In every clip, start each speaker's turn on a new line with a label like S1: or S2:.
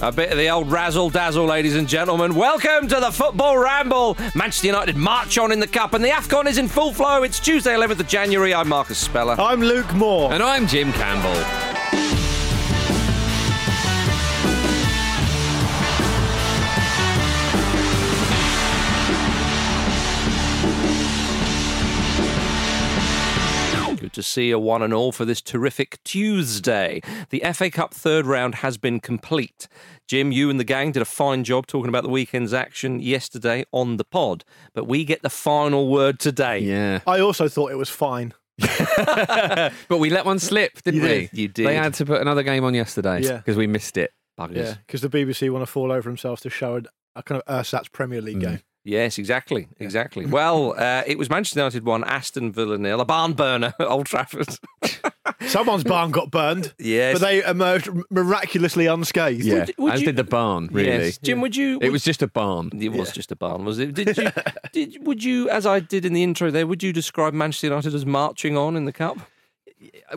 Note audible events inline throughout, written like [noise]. S1: A bit of the old razzle dazzle, ladies and gentlemen. Welcome to the Football Ramble. Manchester United march on in the Cup, and the AFCON is in full flow. It's Tuesday, 11th of January. I'm Marcus Speller.
S2: I'm Luke Moore.
S3: And I'm Jim Campbell.
S1: Good to see you one and all for this terrific Tuesday. The FA Cup third round has been complete. Jim, you and the gang did a fine job talking about the weekend's action yesterday on the pod, but we get the final word today.
S3: Yeah.
S2: I also thought it was fine.
S3: But we let one slip, didn't
S2: You
S3: we?
S2: did.
S1: You did.
S3: They had to put another game on yesterday
S2: Yeah.
S3: because we missed it. Buggers.
S2: Yeah, because the BBC want to fall over themselves to show an- a kind of ersatz Premier League
S3: Mm.
S2: game.
S1: Yes, exactly,
S3: [laughs]
S1: exactly. Well, uh, it was Manchester United one, Aston Villa nil, a barn burner, [laughs] at Old Trafford.
S2: Someone's barn got
S3: [laughs]
S2: burned,
S1: yes,
S2: but they emerged miraculously unscathed.
S3: Yeah.
S1: Would- would
S3: As
S1: you-
S3: did the barn, really.
S1: Yes. Jim, would you?
S3: It was just a barn.
S1: It was just a barn, was it? Did
S3: [laughs]
S1: you? did would you, as I did in the intro there, would you describe Manchester United as marching on in the cup,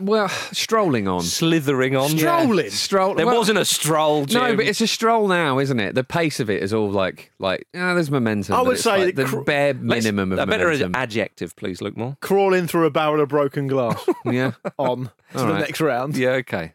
S3: Well, strolling on.
S1: slithering on?
S2: Strolling.
S3: Stroll.
S1: There
S3: well,
S1: wasn't a stroll, Jim.
S3: No, but it's a stroll now, isn't it? The pace of it is all like, like ah, there's momentum.
S2: I
S3: but
S2: would
S3: it's
S2: say
S3: like
S2: that
S3: the
S2: cr-
S3: bare
S1: Let's-
S3: minimum of
S1: a better
S3: momentum.
S1: adjective, please, Luke Moore.
S2: Crawling through a barrel of broken
S3: [laughs]
S2: glass
S3: yeah.
S2: on to
S3: All
S2: the
S3: right.
S2: next
S1: [laughs]
S2: round,
S1: Yeah, okay.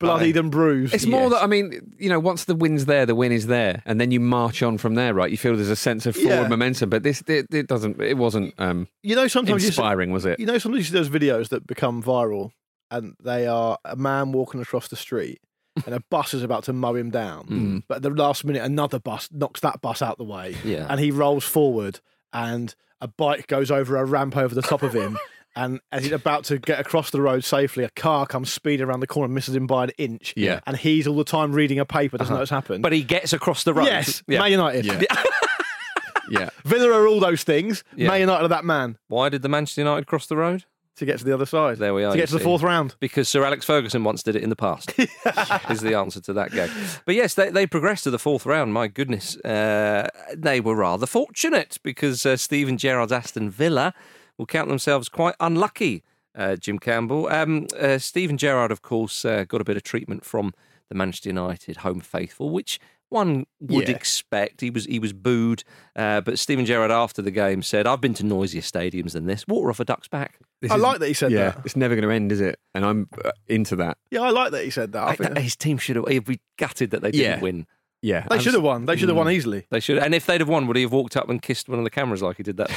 S2: bloodied and bruised.
S3: It's more that I mean, you know, once the win's there, the win is there, and then you march on from there, right? You feel there's a sense of forward
S2: Yeah.
S3: momentum, but this it, it doesn't. It wasn't um,
S2: you know, sometimes you see,
S3: inspiring, was it?
S2: you know, sometimes you see those videos that become viral, and they are a man walking across the
S1: [laughs]
S2: street. And a bus is about to mow him down,
S1: Hmm.
S3: Mm.
S2: but at the last minute, another bus knocks that bus out the way,
S1: Yeah.
S2: and he rolls forward and a bike goes over a ramp over the top of
S1: [laughs]
S2: him and as he's about to get across the road safely a car comes speeding around the corner and misses him by an inch
S3: Yeah.
S2: and he's all the time reading a paper doesn't know what's happened
S1: Uh-huh. But he gets across the road.
S2: yes
S1: Yeah.
S2: Man United
S3: Yeah.
S2: [laughs]
S3: yeah.
S2: Villa are all those things
S1: Yeah.
S2: Man United are that man
S1: Why did the Manchester United cross the road?
S2: to get to the other side
S1: There we are.
S2: to
S1: you
S2: get to the
S1: see.
S2: fourth round
S1: because Sir Alex Ferguson once did it in the past. is the answer to that game. But yes, they, they progressed to the fourth round. My goodness, uh, they were rather fortunate because uh, Steven Gerrard's Aston Villa will count themselves quite unlucky. Uh, Jim Campbell, um, uh, Steven Gerrard, of course, uh, got a bit of treatment from the Manchester United home faithful, which one would
S2: Yeah.
S1: expect. He was he was booed, uh, but Steven Gerrard after the game said, "I've been to noisier stadiums than this. Water off a duck's back."
S3: This
S2: I
S3: is-
S2: like that he said
S3: yeah,
S2: that
S3: it's never going to end, is it? And I'm uh, into that.
S2: yeah I like that he said that I
S1: I-
S2: think
S1: his team should have. He'd be gutted that they didn't
S3: Yeah.
S1: win.
S3: Yeah,
S2: they [laughs] should have won they should have
S1: Hmm.
S2: won easily
S1: They should. And if they'd have won, would he have walked up and kissed one of the cameras like he did that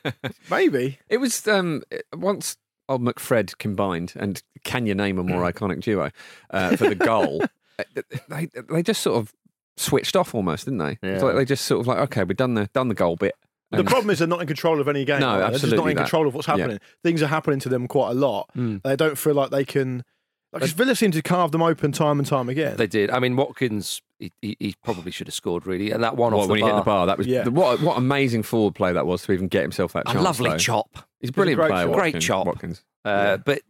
S3: [laughs]
S1: time?
S2: maybe
S3: It was um, once old McFred combined, and can you name a more iconic duo uh, for the goal? uh, they they just sort of switched off almost, didn't they? It's
S1: Yeah.
S3: like they just sort of like, okay, we've done the done the goal bit.
S2: The
S3: and-
S2: problem is they're not in control of any game.
S3: No,
S2: are they? They're just
S3: absolutely
S2: not in
S3: that.
S2: control of what's
S3: Yeah.
S2: happening. Things are happening to them quite a lot.
S1: Hmm.
S2: They don't feel like they can. Because Villa seem to carve them open time and time again.
S1: they did. I mean, Watkins, he, he, he probably should have scored really, and that one
S3: What,
S1: off
S3: when
S1: the
S3: he hit
S1: bar.
S3: the bar, that was
S2: Yeah.
S3: what what amazing forward play that was to even get himself that
S1: A
S3: chance.
S1: lovely
S3: though.
S1: chop.
S3: He's a brilliant
S2: He's a great
S3: player.
S2: chop.
S1: Great
S3: Watkins-
S1: chop.
S3: Watkins.
S1: Uh, But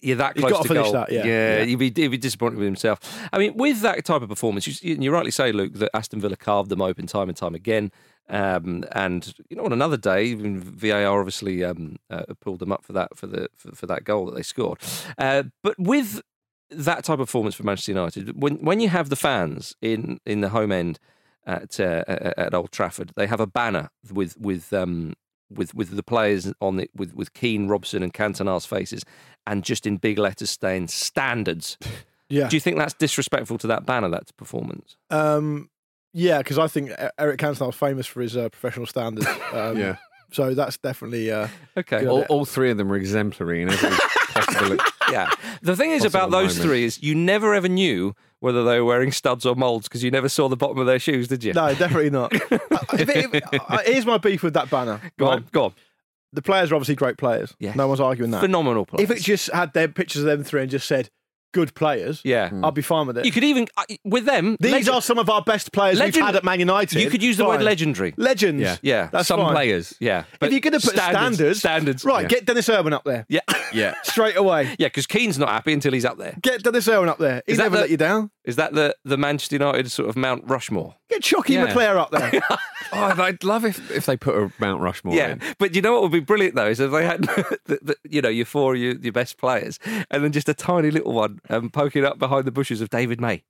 S1: you're that
S2: He's
S1: close
S2: gotta
S1: to
S2: finish
S1: goal.
S2: that, yeah.
S1: yeah,
S3: Yeah.
S1: He'd, be, he'd be disappointed with himself. I mean, with that type of performance, you, you rightly say, Luke, that Aston Villa carved them open time and time again. Um, and you know, on another day, even VAR obviously um, uh, pulled them up for that for the for, for that goal that they scored. Uh, but with that type of performance for Manchester United, when when you have the fans in in the home end at uh, at at Old Trafford, they have a banner with with um, with with the players on it with with Keane, Robson, and Cantona's faces, and just in big letters saying
S2: [laughs]
S1: standards.
S2: yeah.
S1: Do you think that's disrespectful to that banner? That performance?
S2: um, yeah, because I think E- Eric Cantona was famous for his uh, professional
S1: [laughs]
S2: standards. Um,
S3: Yeah.
S2: So that's definitely. Uh,
S1: Okay.
S2: Good.
S3: All, all three of them were exemplary in every possible.
S1: yeah. The thing is
S3: Possible
S1: about those
S3: moment.
S1: three is you never ever knew whether they were wearing studs or molds because you never saw the bottom of their shoes, did you?
S2: No,
S1: [laughs]
S2: definitely not. Uh, if it- if- uh, here's my beef with that banner.
S1: Go
S2: right?
S1: on. Go on.
S2: The players are obviously great players.
S1: Yes.
S2: No one's arguing that.
S1: Phenomenal play.
S2: If it just had their pictures of them three and just said good players,
S1: Yeah.
S2: I'd be fine with it.
S1: You could even I- with them.
S2: These
S1: legend-
S2: are some of our best players we've
S1: Legend-
S2: had at Man United.
S1: you could use the word
S2: Fine.
S1: legendary.
S2: Legends.
S3: Yeah.
S1: Yeah,
S2: That's
S3: Some
S2: fine.
S3: players.
S1: Yeah,
S2: if you're going to put standards,
S1: standards,
S2: right?
S3: yeah.
S2: Get Dennis Irwin up there
S1: Yeah, [laughs]
S3: Yeah.
S2: straight away.
S1: yeah, because Keane's not happy until he's up there.
S2: Get Dennis Irwin up there. He's
S1: that
S2: never
S1: the-
S2: let you down.
S1: Is that the the Manchester United sort of Mount Rushmore?
S2: Get Chucky
S3: Yeah.
S2: McClare
S1: [laughs]
S2: up there.
S3: Oh, I'd- I'd love if, if they put a Mount Rushmore
S1: Yeah,
S3: in.
S1: but you know what would be brilliant though is if they had, [laughs] the, the, you know, your four your, your best players, and then just a tiny little one um, poking up behind the bushes of David May.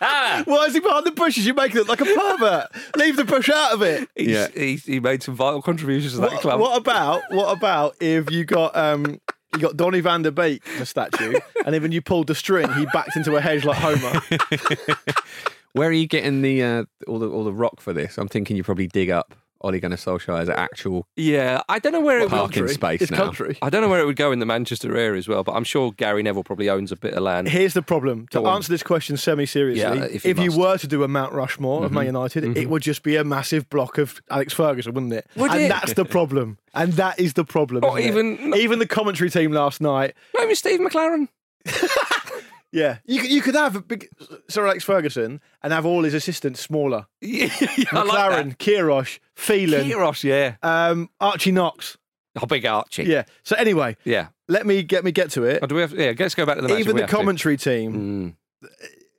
S2: Why is he behind the bushes? You're making it like a pervert. Leave the bush out of it.
S1: [laughs] He's,
S3: Yeah.
S1: he, he made some vital contributions to that
S2: What,
S1: club.
S2: what about what about if you got um you got Donny Van der Beek the statue,
S1: [laughs]
S2: and even you pulled the string, he backed into a hedge like Homer.
S3: Where are you getting the uh, all the all the rock for this? I'm thinking you probably dig up Ole Gunnar Solskjaer's actual
S1: Yeah, I don't know where it would.
S3: parking space
S2: It's
S3: now.
S2: country.
S1: I don't know where it would go in the Manchester area as well, but I'm sure Gary Neville probably owns a bit of [laughs] land.
S2: Here's the problem. To
S1: Go on.
S2: answer this question semi seriously,
S1: Yeah,
S2: if,
S1: if Mm-hmm. you
S2: you,
S1: must.
S2: were to do a Mount Rushmore of Man United, it would just be a massive block of Alex Ferguson, wouldn't it?
S1: Would
S2: and
S1: it?
S2: that's the problem. And that is the problem.
S1: Or
S2: isn't it?
S1: even-
S2: even the commentary team last night.
S1: Not even Steve McLaren.
S2: Yeah, you could, you could have a big Sir Alex Ferguson and have all his assistants smaller.
S1: [laughs] yeah, I like that.
S2: McLaren, Kirosh, Phelan,
S1: Kiros, yeah.
S2: um, Archie Knox.
S1: Oh, big Archie.
S2: Yeah. So anyway,
S1: Yeah.
S2: let me get me get to it.
S1: Oh, do we have? Yeah, let's go back to the match.
S2: Even
S1: We
S2: the
S1: have to.
S2: commentary team,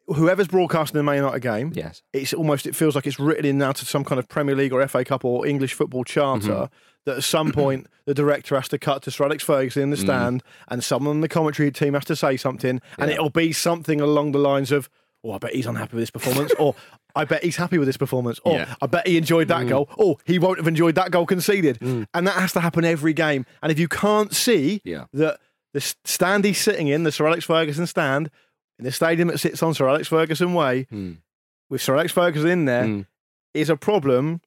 S1: Mm,
S2: whoever's broadcasting the Man United game,
S1: yes.
S2: it's almost it feels like it's written in now to some kind of Premier League or FA Cup or English football charter that at some point the director has to cut to Sir Alex Ferguson in the stand and someone on the commentary team has to say something and it'll be something along the lines of Oh, I bet he's unhappy with this performance, or I bet he's happy with this performance, or
S3: Yeah.
S2: I bet he enjoyed that goal, or he won't have enjoyed that goal conceded. And that has to happen every game. And if you can't see
S1: Yeah.
S2: that the s- stand he's sitting in, the Sir Alex Ferguson stand, in the stadium that sits on Sir Alex Ferguson Way,
S1: Hmm.
S2: with Sir Alex Ferguson in there,
S1: Mm.
S2: is a problem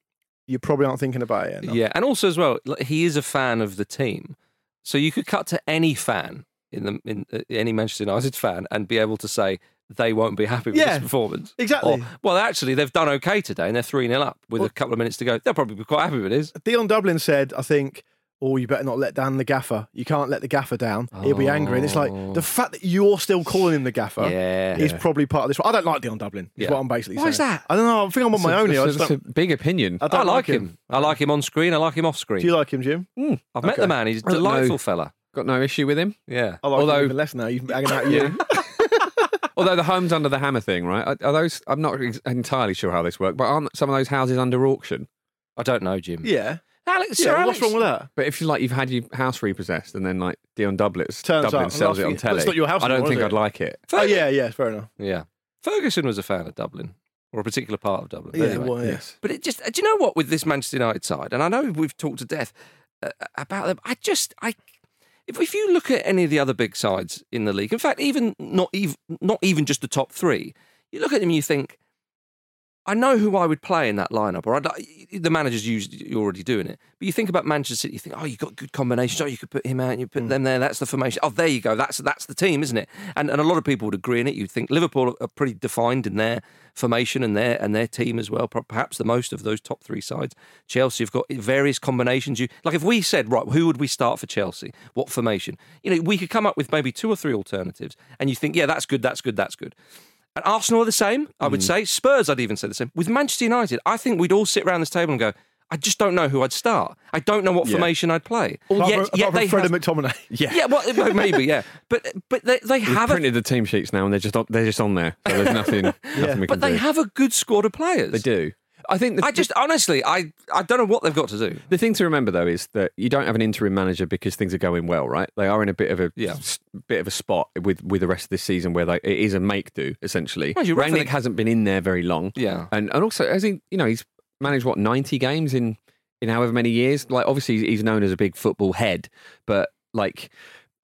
S2: you probably aren't thinking about it. enough.
S1: Yeah, and also as well, like, he is a fan of the team, so you could cut to any fan in the in uh, any Manchester United fan and be able to say they won't be happy with
S2: Yeah,
S1: this performance.
S2: exactly.
S1: Or, well, actually, they've done okay today, and they're three 0 up with a couple of minutes to go. They'll probably be quite happy with this.
S2: Dion Dublin said, I think, oh, you better not let down the gaffer. You can't let the gaffer down. He'll be angry. And it's like the fact that you're still calling him the gaffer
S1: Oh. Yeah.
S2: is probably part of this. I don't like Dion Dublin, is
S1: Yeah.
S2: what I'm basically
S1: Why
S2: saying.
S1: is that?
S2: I don't know. I think I'm on my own here. I
S3: It's
S2: just
S3: a
S2: don't,
S3: big opinion.
S2: I
S1: I,
S2: don't
S1: like him. I like him on screen. I like him off screen.
S2: Do you like him, Jim?
S1: I've met the man. He's a
S3: don't know.
S1: delightful fella.
S3: Got no issue with him.
S1: Yeah.
S2: I like him
S3: Although-
S2: even less now. You've been hanging out with you.
S3: Although the homes under the hammer thing, right? Are are those? I'm not ex- entirely sure how this works, but aren't some of those houses under auction?
S1: I don't know Jim.
S2: Yeah.
S1: Alex,
S2: yeah
S1: Sir Alex.
S2: what's wrong with that?
S3: But if you like, you've had your house repossessed, and then like Dion Dublitz
S2: Turns
S3: Dublin
S2: up.
S3: sells it
S2: Well,
S3: on
S2: it's
S3: telly.
S2: not your house
S3: I don't
S2: anymore,
S3: think
S2: is
S3: I'd
S2: it?
S3: like it.
S2: Oh, yeah, yeah, fair enough.
S1: Yeah. Ferguson was a fan of Dublin, or a particular part of Dublin.
S2: Yeah,
S1: anyway.
S2: well, yeah.
S1: But it just, do you know what, with this Manchester United side, and I know we've talked to death uh, about them, I just, I, if, if you look at any of the other big sides in the league, in fact, even not even, not even just the top three, you look at them and you think, I know who I would play in that lineup, or I'd, the manager's used, you're already doing it. But you think about Manchester City, you think, oh, you've got good combinations. Oh, you could put him out, you put them there. That's the formation. Oh, there you go. That's that's the team, isn't it? And and a lot of people would agree in it. You'd think Liverpool are pretty defined in their formation and their and their team as well. per- Perhaps the most of those top three sides. Chelsea have got various combinations. You like if we said right, who would we start for Chelsea? What formation? You know, we could come up with maybe two or three alternatives, and you think, yeah, that's good, that's good, that's good. And Arsenal are the same, I would say. Spurs, I'd even say the same. With Manchester United, I think we'd all sit around this table and go, I just don't know who I'd start. I don't know what formation I'd play.
S2: Apart
S1: Yet-
S2: from- apart
S1: yet
S2: from
S1: they
S2: Fred
S1: have-
S2: McTominay. [laughs]
S1: yeah. well, well, maybe, yeah. [laughs] But but they, they
S3: We've
S1: have a,
S3: printed the team sheets now, and they're just on, they're just on there. So
S1: [laughs]
S3: there's nothing. nothing we can
S1: but they
S3: do.
S1: have a good squad of players.
S3: They do. I think the,
S1: I just honestly, I I don't know what they've got to do.
S3: the thing to remember though is that you don't have an interim manager because things are going well, right? They are in a bit of a
S1: Yeah.
S3: s- bit of a spot with with the rest of this season where they, it is a make do essentially.
S1: Mind you, Rangnick-
S3: Rangnick hasn't been in there very long,
S1: Yeah.
S3: and and also as he you know he's managed what ninety games in in however many years. Like obviously he's- he's known as a big football head, but like.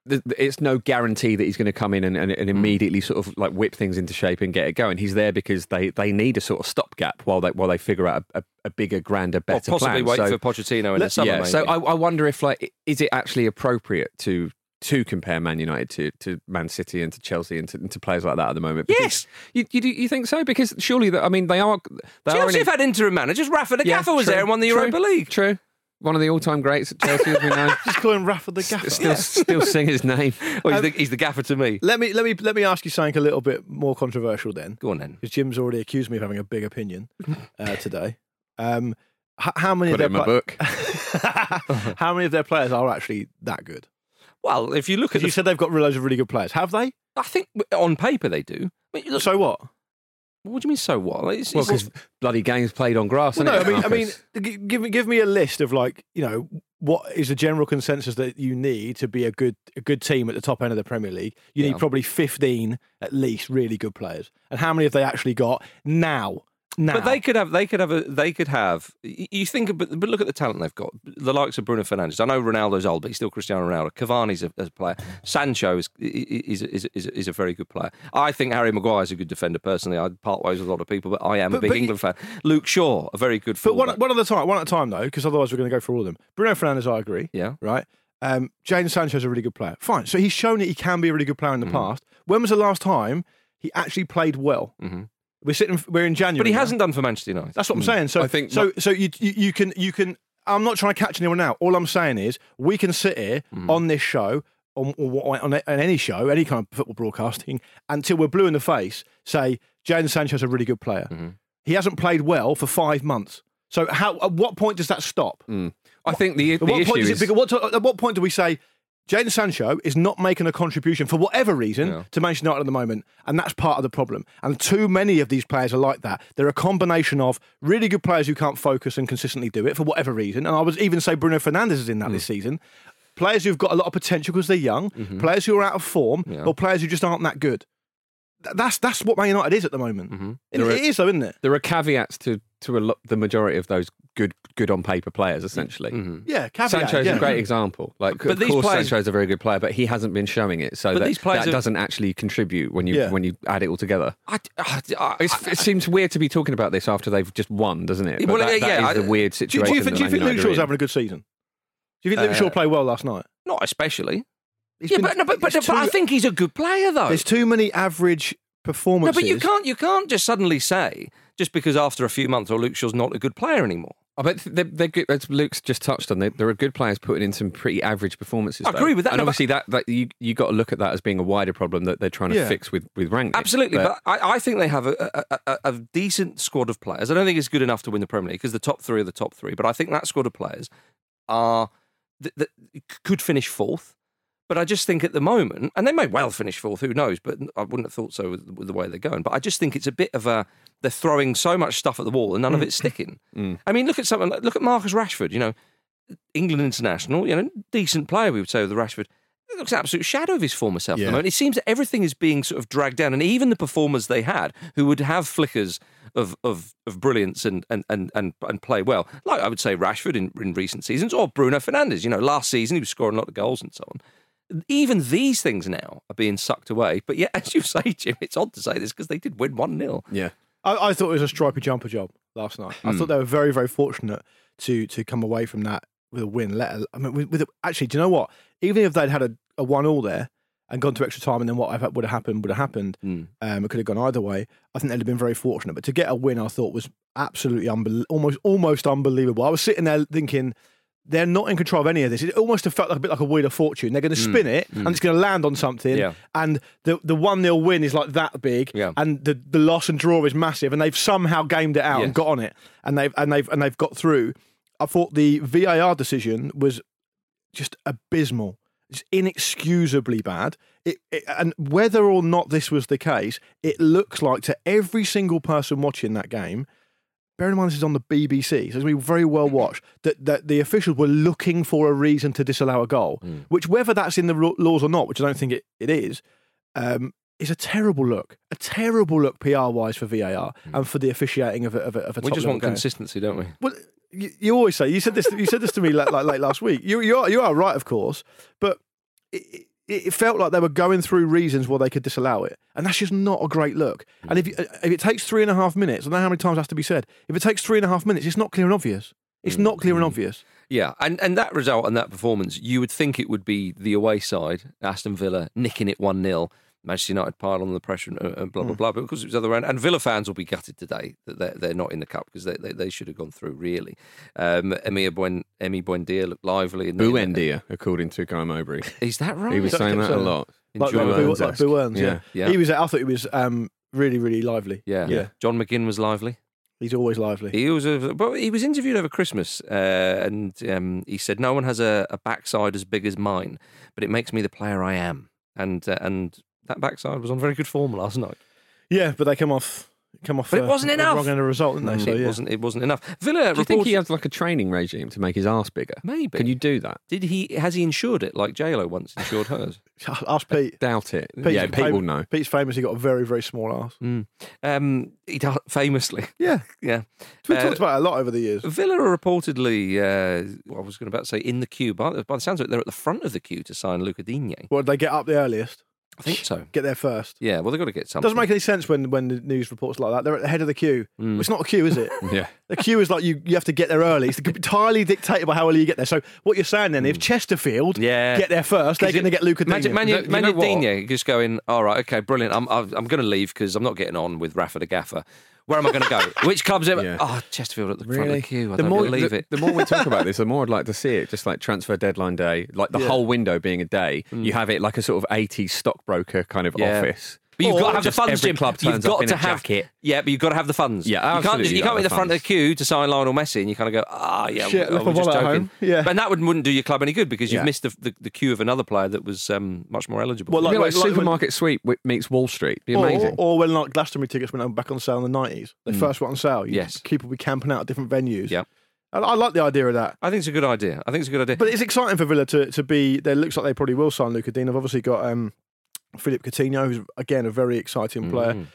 S3: th- th- It's no guarantee that he's going to come in and, and,
S1: Hmm.
S3: and immediately sort of like whip things into shape and get it going. He's there because they, they need a sort of stopgap while they while they figure out a, a, a bigger, grander,
S1: Or
S3: better
S1: possibly wait
S3: plan. So-
S1: for Pochettino in the
S3: Let-
S1: summer.
S3: yeah, so
S1: maybe.
S3: I, I wonder if like i- is it actually appropriate to to compare Man United to to Man City and to Chelsea and to, and to players like that at the moment?
S1: Yes.
S3: Because you, you do- you think so? Because surely that I mean they are they are
S1: Chelsea
S3: in-
S1: have had interim managers. Rafa de
S3: yeah,
S1: Gaffa was
S3: true,
S1: there and won the
S3: true,
S1: Europa League.
S3: True, one of the all-time greats at Chelsea, as we know.
S2: [laughs] Just call him Rafa the Gaffer. Um,
S3: Still, still sing his
S2: [laughs]
S3: name.
S1: Oh, he's, the, he's the gaffer to me.
S2: Let me let me let me ask you something a little bit more controversial then,
S1: Go on then.
S2: because Jim's already accused me of having a big [laughs] opinion uh, today. Um, h- how many
S3: Put it
S2: of
S3: in my
S2: their
S3: book.
S2: pla- [laughs] how many of their players are actually that good?
S1: Well, if you look at
S2: Because you
S1: the,
S2: said they've got loads of really good players. Have they?
S1: I think on paper they do. I mean, look,
S2: So what?
S1: what do you mean? So what? Like, it's-
S3: Well,
S1: it's-
S3: because bloody games played on grass.
S2: Well, no, I
S3: isn't
S2: mean,
S3: it,
S2: I mean, g-
S3: Marcus?
S2: give me give me a list of like you know what is the general consensus that you need to be a good a good team at the top end of the Premier League. You
S1: Yeah.
S2: need probably fifteen at least really good players, and how many have they actually got now? Now,
S1: But they could have, they could have, a, they could have. y- You think, but, but look at the talent they've got. The likes of Bruno Fernandes. I know Ronaldo's old, but he's still Cristiano Ronaldo. Cavani's a, a player. Sancho is is, is is is a very good player. I think Harry Maguire's a good defender personally. I part ways with a lot of people, but I am a
S2: But-
S1: big
S2: but you-
S1: England fan. Luke Shaw, a very good.
S2: but one,
S1: fullback.
S2: one at a time, one at a time though, because otherwise we're going to go for all of them. Bruno Fernandes, I agree,
S1: yeah,
S2: right? Um, Jaden Sancho's a really good player. Fine, so he's shown that he can be a really good player in the
S1: Mm-hmm.
S2: past. When was the last time he actually played well?
S1: Mhm.
S2: We're sitting, we're in January,
S1: but he
S2: now.
S1: hasn't done for Manchester United.
S2: That's what I'm saying. So
S3: Hmm. I think
S2: so. so you, you you can you can. I'm not trying to catch anyone out. All I'm saying is we can sit here
S3: Hmm.
S2: on this show. On, or on, on any show, any kind of football broadcasting, until we're blue in the face, say Jaden Sancho's a really good player.
S3: Mm-hmm.
S2: He hasn't played well for five months. So, how? At what point does that stop?
S3: I think the, the
S2: At what
S3: issue
S2: point does
S3: is
S2: it? becau- What, to- at what point do we say Jaden Sancho is not making a contribution for whatever reason
S1: Yeah.
S2: to Manchester United at the moment, and that's part of the problem. And too many of these players are like that. They're a combination of really good players who can't focus and consistently do it for whatever reason. And I would even say Bruno Fernandes is in that
S3: Hmm.
S2: this season. Players who've got a lot of potential because they're young,
S3: Mm-hmm.
S2: players who are out of form,
S1: Yeah.
S2: or players who just aren't that good. Th- That's that's what Man United is at the moment. It,
S3: Mm-hmm. There are-
S2: it is though, isn't it?
S3: there are caveats to to a lot, the majority of those good good on paper players essentially.
S2: Yeah, caveat,
S3: Sancho's
S2: yeah.
S3: a great example. Like,
S1: Oh, But
S3: of
S1: these
S3: course,
S1: players-
S3: Sancho's a very good player, but he hasn't been showing it. So
S1: But
S3: that,
S1: these players
S3: that
S1: have-
S3: doesn't actually contribute when you
S2: Yeah.
S3: when you add it all together.
S1: I, I, I,
S3: It's, it seems weird to be talking about this after they've just won, doesn't it? But
S1: Well,
S3: that-
S1: yeah,
S3: that
S1: yeah,
S3: is
S1: I-
S3: the weird
S2: Do you,
S3: situation.
S2: do you think, do you
S3: that
S2: think
S3: Man
S2: Luke
S3: United are
S2: Shaw's
S3: in. Uh,
S2: having a good season? Do you think Luke Shaw played well last night?
S1: not especially.
S2: He's
S1: Yeah,
S2: been-
S1: but, no, but, but,
S2: it's
S1: but I
S2: too-
S1: think he's a good player though.
S2: There's too many average
S1: No,
S2: performances.
S1: but you can't you can't just suddenly say just because after a few months or Luke Shaw's not a good player anymore.
S3: I bet they're, they're good, as Luke's just touched on, they, there are good players putting in some pretty average performances.
S1: I
S3: though.
S1: agree with that,
S3: And
S1: no, but-
S3: obviously, that, that you you got to look at that as being a wider problem that they're trying to
S2: Yeah.
S3: fix with with ranking.
S1: Absolutely,
S3: But-
S1: but, I, I think they have a, a, a, a decent squad of players. I don't think it's good enough to win the Premier League because the top three are the top three. But I think that squad of players are th- th- could finish fourth. But I just think at the moment, and they may well finish fourth. Who knows? But I wouldn't have thought so with, with the way they're going. But I just think it's a bit of a they're throwing so much stuff at the wall and none of it's sticking. I mean, look at something. like- Look at Marcus Rashford. You know, England international, you know, decent player, we would say, with Rashford. He looks an absolute shadow of his former self at the
S2: Yeah.
S1: moment. It seems that everything is being sort of dragged down, and even the performers they had, who would have flickers of of, of brilliance and, and, and, and, and play well, like I would say Rashford in, in recent seasons, or Bruno Fernandes. You know, last season he was scoring a lot of goals and so on. Even these things now are being sucked away. But yeah, [laughs] as you say, Jim, it's odd to say this because they did win 1 0.
S3: yeah. Hmm.
S2: I, I thought it was a striker jumper job last night. I thought they were very, very fortunate to to come away from that with a win. Let al- I mean, with, with a, actually, do you know what? Even if they'd had a, a one all there and gone to extra time, and then what would have happened would have happened.
S3: Hmm.
S2: Um, it could have gone either way. I think they'd have been very fortunate. But to get a win, I thought was absolutely unbel- almost almost unbelievable. I was sitting there thinking. They're not in control of any of this. It almost felt like a bit like a wheel of fortune. They're going to spin it and it's going to land on something.
S1: Hmm. Yeah.
S2: And the the one 0 win is like that big.
S1: Yeah.
S2: And the, the loss and draw is massive. And they've somehow gamed it out
S1: Yes.
S2: and got on it. And they've and they've and they've got through. I thought the VAR decision was just abysmal. It's inexcusably bad. It, it, and whether or not this was the case, it looks like to every single person watching that game, bear in mind this is on the BBC, so it's going to be very well watched, that, that the officials were looking for a reason to disallow a goal,
S1: Hmm.
S2: which, whether that's in the ru- laws or not, which I don't think it, it is, um, is a terrible look. A terrible look PR wise for VAR and for the officiating of a, of a, of a
S1: Hmm. We
S2: top
S1: just
S2: level
S1: want
S2: game.
S1: consistency, don't we?
S2: Well, you, you always say you said this. You said this to me like, like late last week. You you are, you are right, of course, but it, it, it felt like they were going through reasons why they could disallow it, and that's just not a great look. And if you, uh, if it takes three and a half minutes, I don't know how many times it has to be said. If it takes three and a half minutes, it's not clear and obvious. It's
S1: Mm.
S2: not clear and obvious.
S1: Yeah, and, and that result and that performance, you would think it would be the away side, Aston Villa nicking it 1 0. Manchester United pile on the pressure and, and
S2: Hmm.
S1: blah blah blah. But of course, it was the other round, and Villa fans will be gutted today that they're, they're not in the cup because they, they, they should have gone through. Really, um, Emir Buen, Emi Buendia looked lively. In the,
S3: Buendia, according to Guy Mowbray.
S1: is that right? [laughs]
S3: He was
S2: Don't
S3: saying
S2: think
S3: that
S2: so.
S3: a lot.
S2: Like,
S1: John
S2: like, Boo-
S3: Burns-esque.
S2: like Boo Earns, yeah.
S1: yeah.
S2: He was. I thought he was um, really, really lively.
S1: yeah.
S3: Yeah.
S1: John McGinn was lively.
S2: He's always lively.
S1: He was, a, but he was interviewed over Christmas, uh, and um, he said, "No one has a, a backside as big as mine, but it makes me the player I am." And uh, and that backside was on very good form last night.
S2: yeah, but they come off, come off.
S1: But it
S2: uh,
S1: wasn't enough.
S2: Wrong end of result, didn't they? So
S1: Mm. it
S2: Mm, yeah.
S1: wasn't. It wasn't enough. Villa
S3: Do you think
S1: reported.
S3: he has like a training regime to make his ass bigger?
S1: maybe
S3: Can you do that?
S1: Did he? Has he insured it like JLo once insured
S3: [laughs]
S1: hers?
S2: Ask Pete.
S3: Doubt it.
S2: Pete's
S3: yeah, Pete
S2: fam-
S3: will know.
S2: Pete's famous. He got a very, very small ass.
S1: Mm. Um, he does, famously. [laughs]
S2: Yeah,
S1: Yeah.
S2: we
S1: Uh,
S2: talked about it a lot over the years.
S1: Villa are reportedly, uh, well, I was going to about to say in the queue, but by the sounds of it, they're at the front of the queue to sign Luca Digne.
S2: Well, they get up the earliest,
S1: I think so.
S2: get there first.
S1: Yeah, well, they've got to get something.
S2: Doesn't make any sense when when the news reports like that. They're at the head of the queue.
S1: Mm.
S2: It's not a queue,
S1: [laughs]
S2: is it?
S3: Yeah.
S2: The queue is like you, you have to get there early. It's entirely dictated by how early you get there. So what you're saying then, if Chesterfield
S1: Mm. Yeah.
S2: get there first, they're
S1: Is it-
S2: going to get Luca
S1: Imagine
S2: Digne.
S1: Manu,
S3: You know- you know what?
S1: Digne just going, all right, okay, brilliant. I'm, I'm, I'm going to leave because I'm not getting on with Rafa the Gaffer. Where am I going
S3: [laughs]
S1: to go? Which club's ever?
S3: Yeah.
S1: Oh, Chesterfield at the front of the queue. I
S3: the
S1: don't
S3: more
S1: believe
S3: the,
S1: it.
S3: the more we talk about this, the more I'd like to see it. Just like transfer deadline day, like the
S2: Yeah.
S3: whole window being a day, you have it like a sort of 80s stockbroker kind of
S1: Mm. Yeah.
S3: office.
S1: But you've
S3: Or
S1: got to have the
S3: just
S1: funds,
S3: every
S1: Jim.
S3: Club
S1: you've
S3: turns
S1: got
S3: up in
S1: to
S3: a
S1: have
S3: jacket.
S1: Yeah, but you've got to have the funds.
S3: Yeah,
S1: you can't
S3: absolutely
S1: just, you
S3: you've
S1: can't
S3: got
S1: be at the
S3: the
S1: front of the
S3: funds.
S1: queue to sign Lionel Messi and you kind of go, ah, yeah,
S2: Shit,
S1: we, oh,
S2: left
S1: we're
S2: my
S1: just
S2: wallet at
S1: joking.
S2: home. Yeah.
S1: and that would, wouldn't do your club any good because you've
S3: Yeah.
S1: missed the, the, the queue of another player that was um, much more eligible.
S2: Well,
S3: It'd be
S2: Like
S3: like,
S2: when- like when-
S3: supermarket sweep wi- meets Wall Street. Be
S2: Or,
S3: amazing.
S2: or when like Glastonbury tickets went back on sale in the nineties, they first went on sale. You-
S1: Mm. Yes.
S2: people would be camping out at different venues.
S1: Yep.
S2: I, I like the idea of that.
S1: I think it's a good idea. I think it's a good idea.
S2: But it's exciting for Villa to, to be. There looks like they probably will sign Luca Dean. I've obviously got um, Philip Coutinho, who's again a very exciting
S1: Mm-hmm.
S2: player.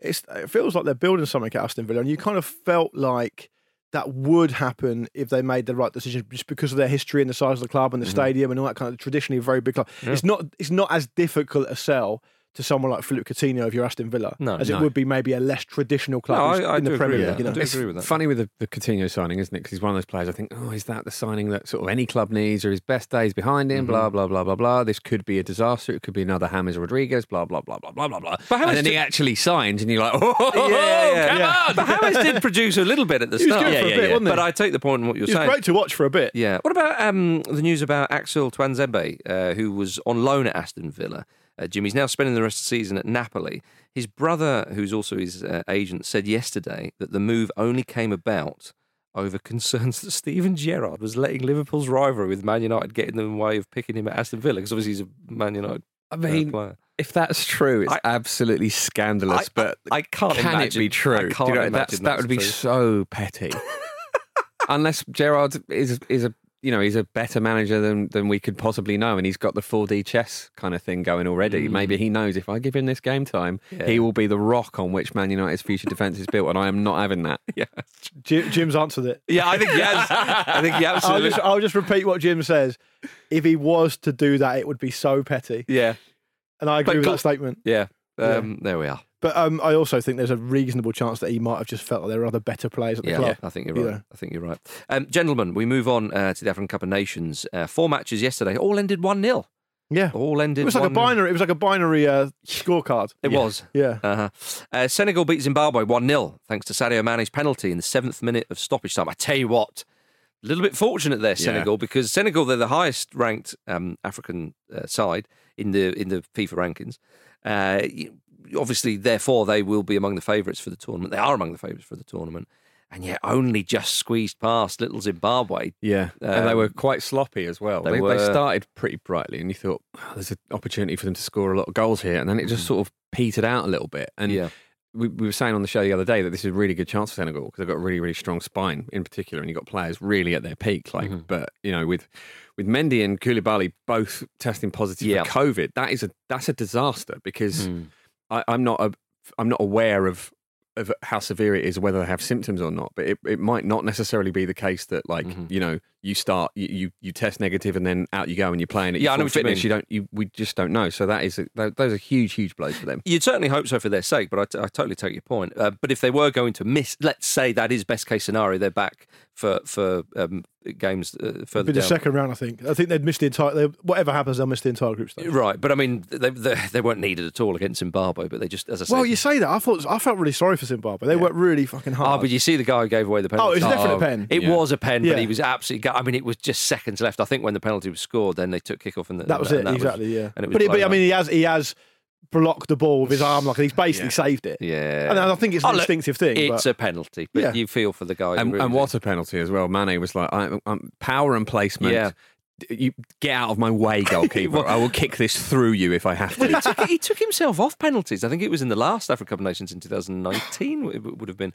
S2: It's, it feels like they're building something at Aston Villa, and you kind of felt like that would happen if they made the right decision, just because of their history and the size of the club and
S1: Mm-hmm.
S2: the stadium and all that kind of traditionally very big club. It's not it's not as difficult a sell. To someone like Philip Coutinho, if you're Aston Villa,
S1: No,
S2: as
S3: no.
S2: it would be maybe a less traditional
S1: no,
S2: club who's
S1: I, I
S2: in
S1: do
S2: the
S1: agree
S2: Premier
S1: with
S2: League.
S1: that.
S2: You know,
S1: I do agree with that.
S3: Funny with the, the Coutinho signing, isn't it? Because he's one of those players I think, oh, is that the signing that sort of any club needs or his best days behind
S1: Mm-hmm.
S3: him? Blah, blah, blah, blah, blah. This could be a disaster. It could be another James Rodriguez, blah, blah, blah, blah, blah, blah, blah.
S1: But how
S3: and
S1: much
S3: then
S1: do-
S3: he actually signs and you're like, [laughs] oh, come on.
S1: But Harris did produce a little bit at the
S2: was
S1: start.
S2: good for a Yeah, yeah, bit, yeah. wasn't he?
S1: But I take the point in what you're
S2: It was
S1: saying.
S2: great to watch for a bit.
S1: Yeah. What about um, the news about Axel Twanzebe, uh, who was on loan at Aston Villa? Uh, Jimmy's now spending the rest of the season at Napoli. His brother, who's also his uh, agent, said yesterday that the move only came about over concerns [laughs] that Steven Gerrard was letting Liverpool's rivalry with Man United get in the way of picking him at Aston Villa because obviously he's a Man United
S3: I
S1: uh,
S3: mean,
S1: player.
S3: if that's true, it's
S1: I-
S3: absolutely scandalous.
S1: I-
S3: but
S1: I can't
S3: can
S1: imagine-
S3: it be true?
S1: I
S3: Do you
S1: can't
S3: know,
S1: imagine
S3: that's- that
S1: that's
S3: would be
S1: true.
S3: so
S1: [laughs]
S3: petty. Unless Gerard is is a you know he's a better manager than than we could possibly know, and he's got the 4D chess kind of thing going
S1: Hmm.
S3: already. Maybe he knows if I give him this game time, he will be the rock on which Man United's future defence is built, and I am not having that.
S1: Yeah.
S2: Jim, Jim's answered it.
S1: [laughs] Yeah, I think yes. I think
S3: [laughs] Um,
S1: he
S2: I'll
S1: absolutely.
S2: just, I'll just repeat what Jim says. If he was to do that, it would be so petty.
S1: Yeah.
S2: And I agree
S1: But
S2: with
S1: God-
S2: that statement.
S1: Yeah. Um, There we are.
S2: But um, I also think there's a reasonable chance that he might have just felt that there are other better players at the
S1: Yeah,
S2: club.
S1: I think you're
S2: you
S1: right.
S2: know.
S1: I think you're right. Um, gentlemen, we move on uh, to the African Cup of Nations. Uh, four matches yesterday, all ended 1 0.
S2: Yeah.
S1: All ended
S2: It was like a
S1: 1-0.
S2: binary. It was like a binary uh, scorecard.
S1: It
S2: yeah.
S1: was.
S2: Yeah.
S1: Uh-huh. Uh, Senegal beat Zimbabwe 1 0, thanks to Sadio Mane's penalty in the seventh minute of stoppage time. I tell you what, a little bit fortunate there, Senegal, because Senegal, they're the highest ranked um, African uh, side in the in the FIFA rankings. Uh, you- obviously, therefore, they will be among the favourites for the tournament. They are among the favourites for the tournament. And yet, only just squeezed past little Zimbabwe.
S3: Yeah, and they
S1: Um,
S3: were quite sloppy as well.
S1: they
S3: They, they,
S1: were.
S3: started pretty brightly, and you thought "Oh, there's an opportunity for them to score a lot of goals here, and then it just sort of petered out a little bit. And
S1: Hmm. Yeah.
S3: we, we were saying on the show the other day that this is a really good chance for Senegal because they've got a really really strong spine in particular, and you've got players really at their peak. Like,
S1: Mm-hmm.
S3: but you know, with with Mendy and Koulibaly both testing positive
S1: Yeah. Mm.
S3: for COVID, that is a that's a disaster because I, I'm not a I'm not aware of of
S1: Mm-hmm.
S3: how severe it is, whether they have symptoms or not. But it, it might not necessarily be the case that like you know you start you, you you test negative and then out you go and you're playing it.
S1: Yeah, I know
S3: full
S1: what you
S3: fitness,
S1: mean.
S3: you don't. You, we just don't know. So that is a, tho- those are huge, huge blows for them.
S1: You'd certainly hope so for their sake, but I, t- I totally take your point. Uh, but if they were going to miss, let's say that is best case scenario, they're back for for um, games uh, further
S2: Be the
S1: down.
S2: second round, I think. I think they'd missed the entire. They, whatever happens, they'll miss the entire group stage.
S1: Right, but I mean, they, they, they weren't needed at all against Zimbabwe, but they just, as I said,
S2: Well, you say that. I thought I felt really sorry for Zimbabwe. They worked really fucking
S1: Ah,
S2: hard.
S1: but you see the guy who gave away the penalty.
S2: Oh, it was definitely a pen.
S1: It
S3: Yeah.
S1: was a pen,
S2: Yeah.
S1: but he was absolutely. Go- I mean, it was just seconds left. I think when the penalty was scored, then they took kick off, and the,
S2: that was
S1: and
S2: it. exactly. yeah.
S1: and it was
S2: but, it, but I
S1: blown
S2: mean, he has he has blocked the ball with his arm. Like he's basically saved it.
S1: Yeah,
S2: And I think it's
S1: Oh,
S2: an
S1: look,
S2: instinctive thing.
S1: it's
S2: but-
S1: a penalty, but
S2: Yeah.
S1: you feel for the guy. who
S3: And,
S1: really
S3: and
S1: did.
S3: what a penalty as well. Mane was like, I, I'm power and placement.
S1: Yeah.
S3: D- You get out of my [laughs] way, goalkeeper. I will kick this through you if I have [laughs]
S1: Well, he
S3: to.
S1: took, he took himself off penalties. I think it was in the last Africa Cup of Nations in 2019. It would have been.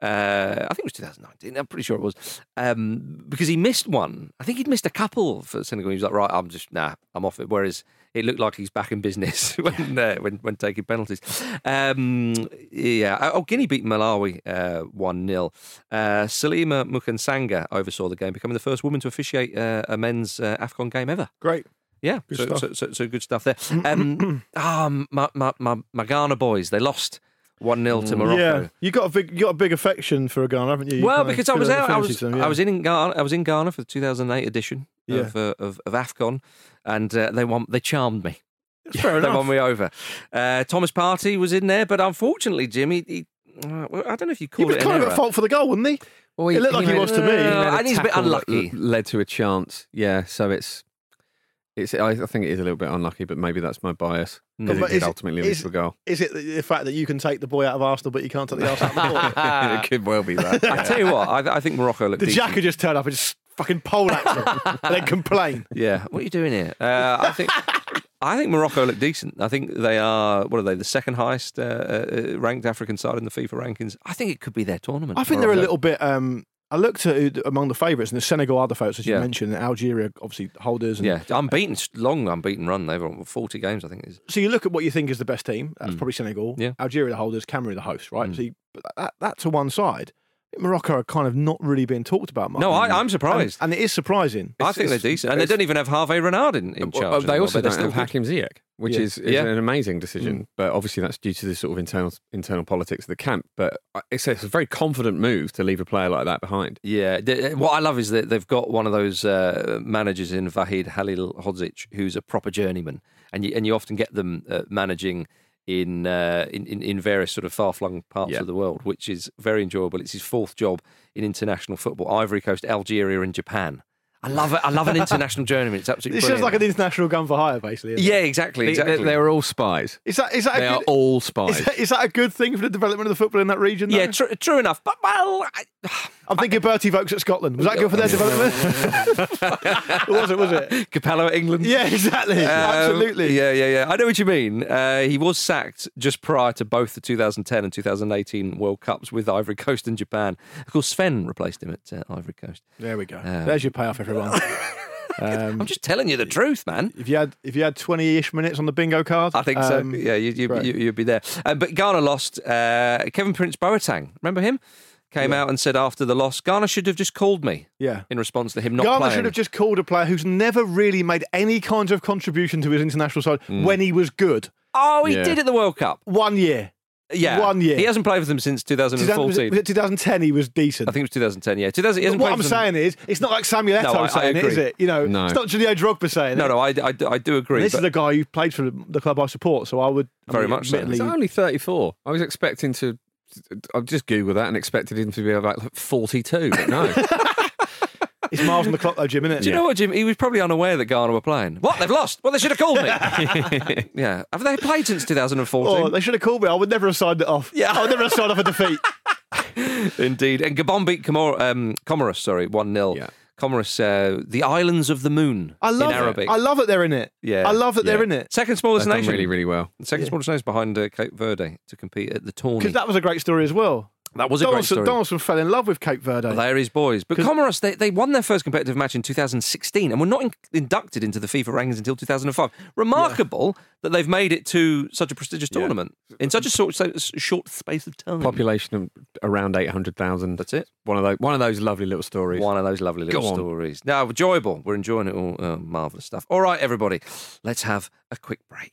S1: Uh, I think it was 2019. I'm pretty sure it was um, because he missed one. I think he'd missed a couple for Senegal. He was like, right, I'm just nah, I'm off it. Whereas it looked like he's back in business [laughs] when uh, when, when taking penalties. Um, yeah. Oh, Guinea beat Malawi one 0 uh, Salima Mukansanga oversaw the game, becoming the first woman to officiate uh, a men's uh, Afcon game ever.
S2: great.
S1: Yeah,
S2: Good
S1: so,
S2: stuff.
S1: So, so, so good stuff there.
S2: [clears throat]
S1: Um, ah, my, my, my, my Ghana boys, they lost 1 0 to Morocco.
S2: Mm. Yeah, you got a big you got a big affection for Ghana, haven't you? You
S1: Well,
S2: kinda
S1: because I
S2: feel
S1: was
S2: an
S1: out, I
S2: affinity
S1: was,
S2: to them, yeah.
S1: I was in Ghana, I was in Ghana for the 2008 edition of,
S2: Yeah.
S1: uh, of, of Afcon, and uh, they won, they charmed me.
S2: fair
S1: [laughs] They
S2: enough.
S1: won me over. Uh, Thomas Party was in there, but unfortunately, Jim, he, he uh, well, I don't know if you
S2: He
S1: call
S2: was
S1: it
S2: kind
S1: an
S2: of
S1: error.
S2: at fault for the goal, wasn't he?
S3: Well,
S2: It looked like he
S3: made
S2: was to me.
S3: made
S1: and he's a bit
S3: tackle that
S1: unlucky.
S3: l- Led to a chance. Yeah. So it's it's. I I think it is a little bit unlucky, but maybe that's my bias.
S1: Mm.
S3: Because
S2: But
S3: it did
S2: is it-
S3: ultimately lead
S2: is-
S3: to a goal.
S2: Is it the- the fact that you can take the boy out of Arsenal, but you can't take the Arsenal out of the ball?
S1: [laughs]
S3: it could Uh, [laughs] well be that.
S1: I tell you what, I, I think Morocco looked
S2: The
S1: decent.
S2: jacker just turned up and just fucking pole at
S1: [laughs]
S2: him and then complain.
S1: Yeah, what are you doing here? Uh, I think I think Morocco look decent. I think they are. What are they? The second highest uh, uh, ranked African side in the FIFA rankings. I think it could be their tournament.
S2: I think they're a
S1: Morocco.
S2: little bit. Um, I looked at who- among the favourites, and the Senegal are the favourites, as you
S1: Yeah.
S2: mentioned. And Algeria, obviously, holders. And,
S1: Yeah, unbeaten, long unbeaten run. They've won forty games. I think it is.
S2: So you look at what you think is the best team. That's
S1: Mm.
S2: probably Senegal.
S1: Yeah.
S2: Algeria, the holders. Cameroon, the hosts. Right.
S1: Mm.
S2: So you, but that, that to one side. Morocco are kind of not really being talked about much.
S1: No, I, I'm
S2: and,
S1: surprised.
S2: and it is surprising.
S1: I think they're
S3: um, it's-
S1: decent, and they
S3: it's-
S1: don't even have Harvey Renard in, in
S3: Well,
S1: charge.
S3: they
S1: anymore,
S3: also
S1: but they're
S3: don't have
S1: still good.
S3: Hakim Ziyech, which
S2: Yeah.
S3: is, is
S1: Yeah.
S3: an amazing decision. But obviously, that's due to the sort of internal internal politics of the camp. But I- it's a, it's a very confident move to leave a player like that behind.
S1: Yeah, th- what I love is that they've got one of those uh, managers in Vahid Halil Hodzic, who's a proper journeyman, and you and you often get them uh, managing in, uh, in in in various sort of far flung parts
S3: Yeah.
S1: of the world, which is very enjoyable. It's his fourth job in international football: Ivory Coast, Algeria, and Japan. I love it. I love an
S3: [laughs]
S1: international journeyman. It's absolutely.
S2: This sounds like
S1: brilliant.
S2: an international gun for hire, basically. isn't it?
S1: yeah, exactly,
S3: They,
S1: exactly.
S3: are all spies.
S2: Is that is that
S3: They
S2: a
S1: [laughs]
S3: are
S2: good,
S3: all
S2: is
S3: spies.
S2: that, is that a good thing for the development of the football in that region?
S1: yeah,
S3: [laughs]
S2: though?
S1: tr- true enough. But well, I, [sighs]
S2: I'm thinking Bertie Vokes at Scotland. Was that good for their development?
S1: [laughs]
S2: it wasn't, was it?
S1: Capello at England.
S2: Yeah, exactly.
S1: Um,
S2: Absolutely.
S1: Yeah, yeah, yeah. I know what you mean. Uh, he was sacked just prior to both the 2010 and 2018 World Cups with Ivory Coast and Japan. Of course, Sven replaced him at uh, Ivory Coast.
S2: There we go.
S1: Um,
S2: There's your payoff, everyone.
S1: I'm
S2: Um,
S1: just telling you the truth, man.
S2: if you had if you had 20-ish minutes on the bingo card,
S1: I think
S2: um,
S1: so. Yeah, you, you,
S2: great.
S1: you, you'd be there. Uh, but Ghana lost. Uh, Kevin Prince Boateng, remember him? Came out and said after the loss, Ghana should have just called me
S2: yeah.
S1: in response to him not
S2: Garner
S1: playing.
S2: should have just called a player who's never really made any kind of contribution to his international side
S1: Hmm.
S2: when he was good.
S1: oh, he
S3: Yeah.
S1: did at the World Cup.
S2: One year.
S1: Yeah,
S2: One year.
S1: He hasn't played with them since 2014.
S2: Was it, was it 2010 he was decent?
S1: I think it was 2010. Yeah, 2000. He
S2: But
S1: hasn't
S2: what
S1: played
S2: I'm
S1: with them-
S2: saying is, it's not like Samuel Eto'o
S1: No, I- I
S2: saying it,
S1: agree.
S2: is it? You know,
S3: No.
S2: it's not Julio Drogba saying
S1: No,
S2: it.
S1: no, I, I, do- I do agree.
S2: And this
S1: but-
S2: is a guy who played for the club I support, so I would I
S1: Very
S2: mean,
S1: much so.
S3: He's
S2: admittedly-
S3: only 34. I was expecting to. I've just Googled that and expected him to be about 42, but
S1: [laughs]
S3: no.
S2: It's miles on the clock though, Jim, isn't it?
S1: Do you know what, Jim? He was probably unaware that Ghana were playing. What? They've lost. Well, they should have called me.
S2: [laughs]
S1: yeah. Have they played since 2014?
S2: Oh, they should have called me. I would never have signed it off.
S1: Yeah.
S2: I would never have signed off
S1: [laughs]
S2: a defeat.
S1: Indeed. And Gabon beat Comor- um, Comoros, sorry, 1 0.
S3: Yeah.
S1: Comoros, uh, the Islands of the Moon
S2: I love
S1: in
S2: it.
S1: Arabic.
S2: I love that they're in it.
S1: Yeah,
S2: I love that they're
S3: yeah.
S2: in it.
S1: Second smallest
S3: They've done
S1: nation.
S3: really, really well.
S1: Second smallest nation behind uh, Cape Verde to compete at the tournament.
S2: Because that was a great story as well.
S1: That was a great
S2: Donaldson,
S1: story.
S2: Donaldson fell in love with Cape Verde.
S1: There is boys. But Comoros, they, they won their first competitive match in 2016 and were not in, inducted into the FIFA rankings until 2005. Remarkable that they've made it to such a prestigious tournament in such a short, so, short space of time.
S3: Population of around eight hundred thousand.
S1: That's it.
S3: One of those. One of those lovely little stories.
S1: One of those lovely little
S3: Go on.
S1: stories. Now, enjoyable. We're enjoying it all. Uh, marvelous stuff. All right, everybody, let's have a quick break.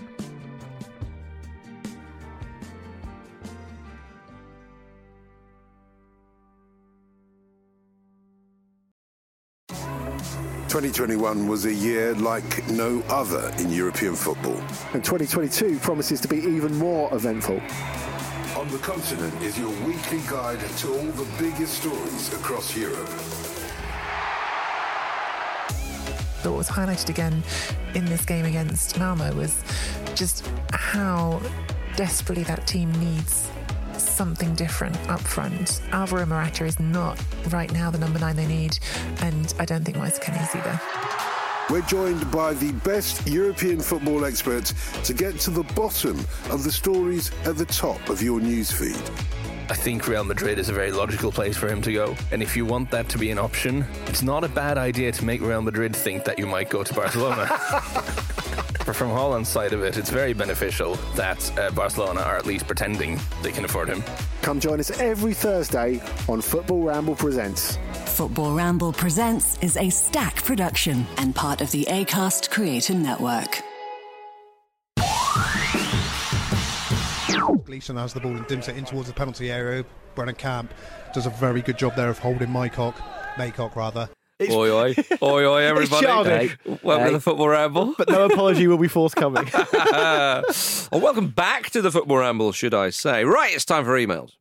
S4: was a year like no other in European football.
S5: And 2022 promises to be even more eventful.
S4: On the Continent is your weekly guide to all the biggest stories across Europe.
S6: What was highlighted again in this game against Malmo was just how desperately that team needs something different up front. Alvaro Morata is not right now the number nine they need, and I don't think Moise is either.
S4: We're joined by the best European football experts to get to the bottom of the stories at the top of your newsfeed.
S7: I think Real Madrid is a very logical place for him to go. And if you want that to be an option, it's not a bad idea to make Real Madrid think that you might go to Barcelona. But From Holland's side of it, it's very beneficial that uh, Barcelona are at least pretending they can afford him.
S5: Come join us every Thursday on Football Ramble Presents.
S8: Football Ramble Presents is a stack production and part of the ACAST Creator Network.
S9: Gleeson has the ball and dims it in towards the penalty area. Brennan Camp does a very good job there of holding Mycock, Maycock rather.
S2: It's-
S1: Oi, oi, oi, oi, everybody.
S2: childish.
S1: Welcome to
S3: Hey.
S1: the Football Ramble. [laughs]
S2: But no apology will be forthcoming.
S1: Uh, oh, welcome back to the Football Ramble, should I say. Right, it's time for emails.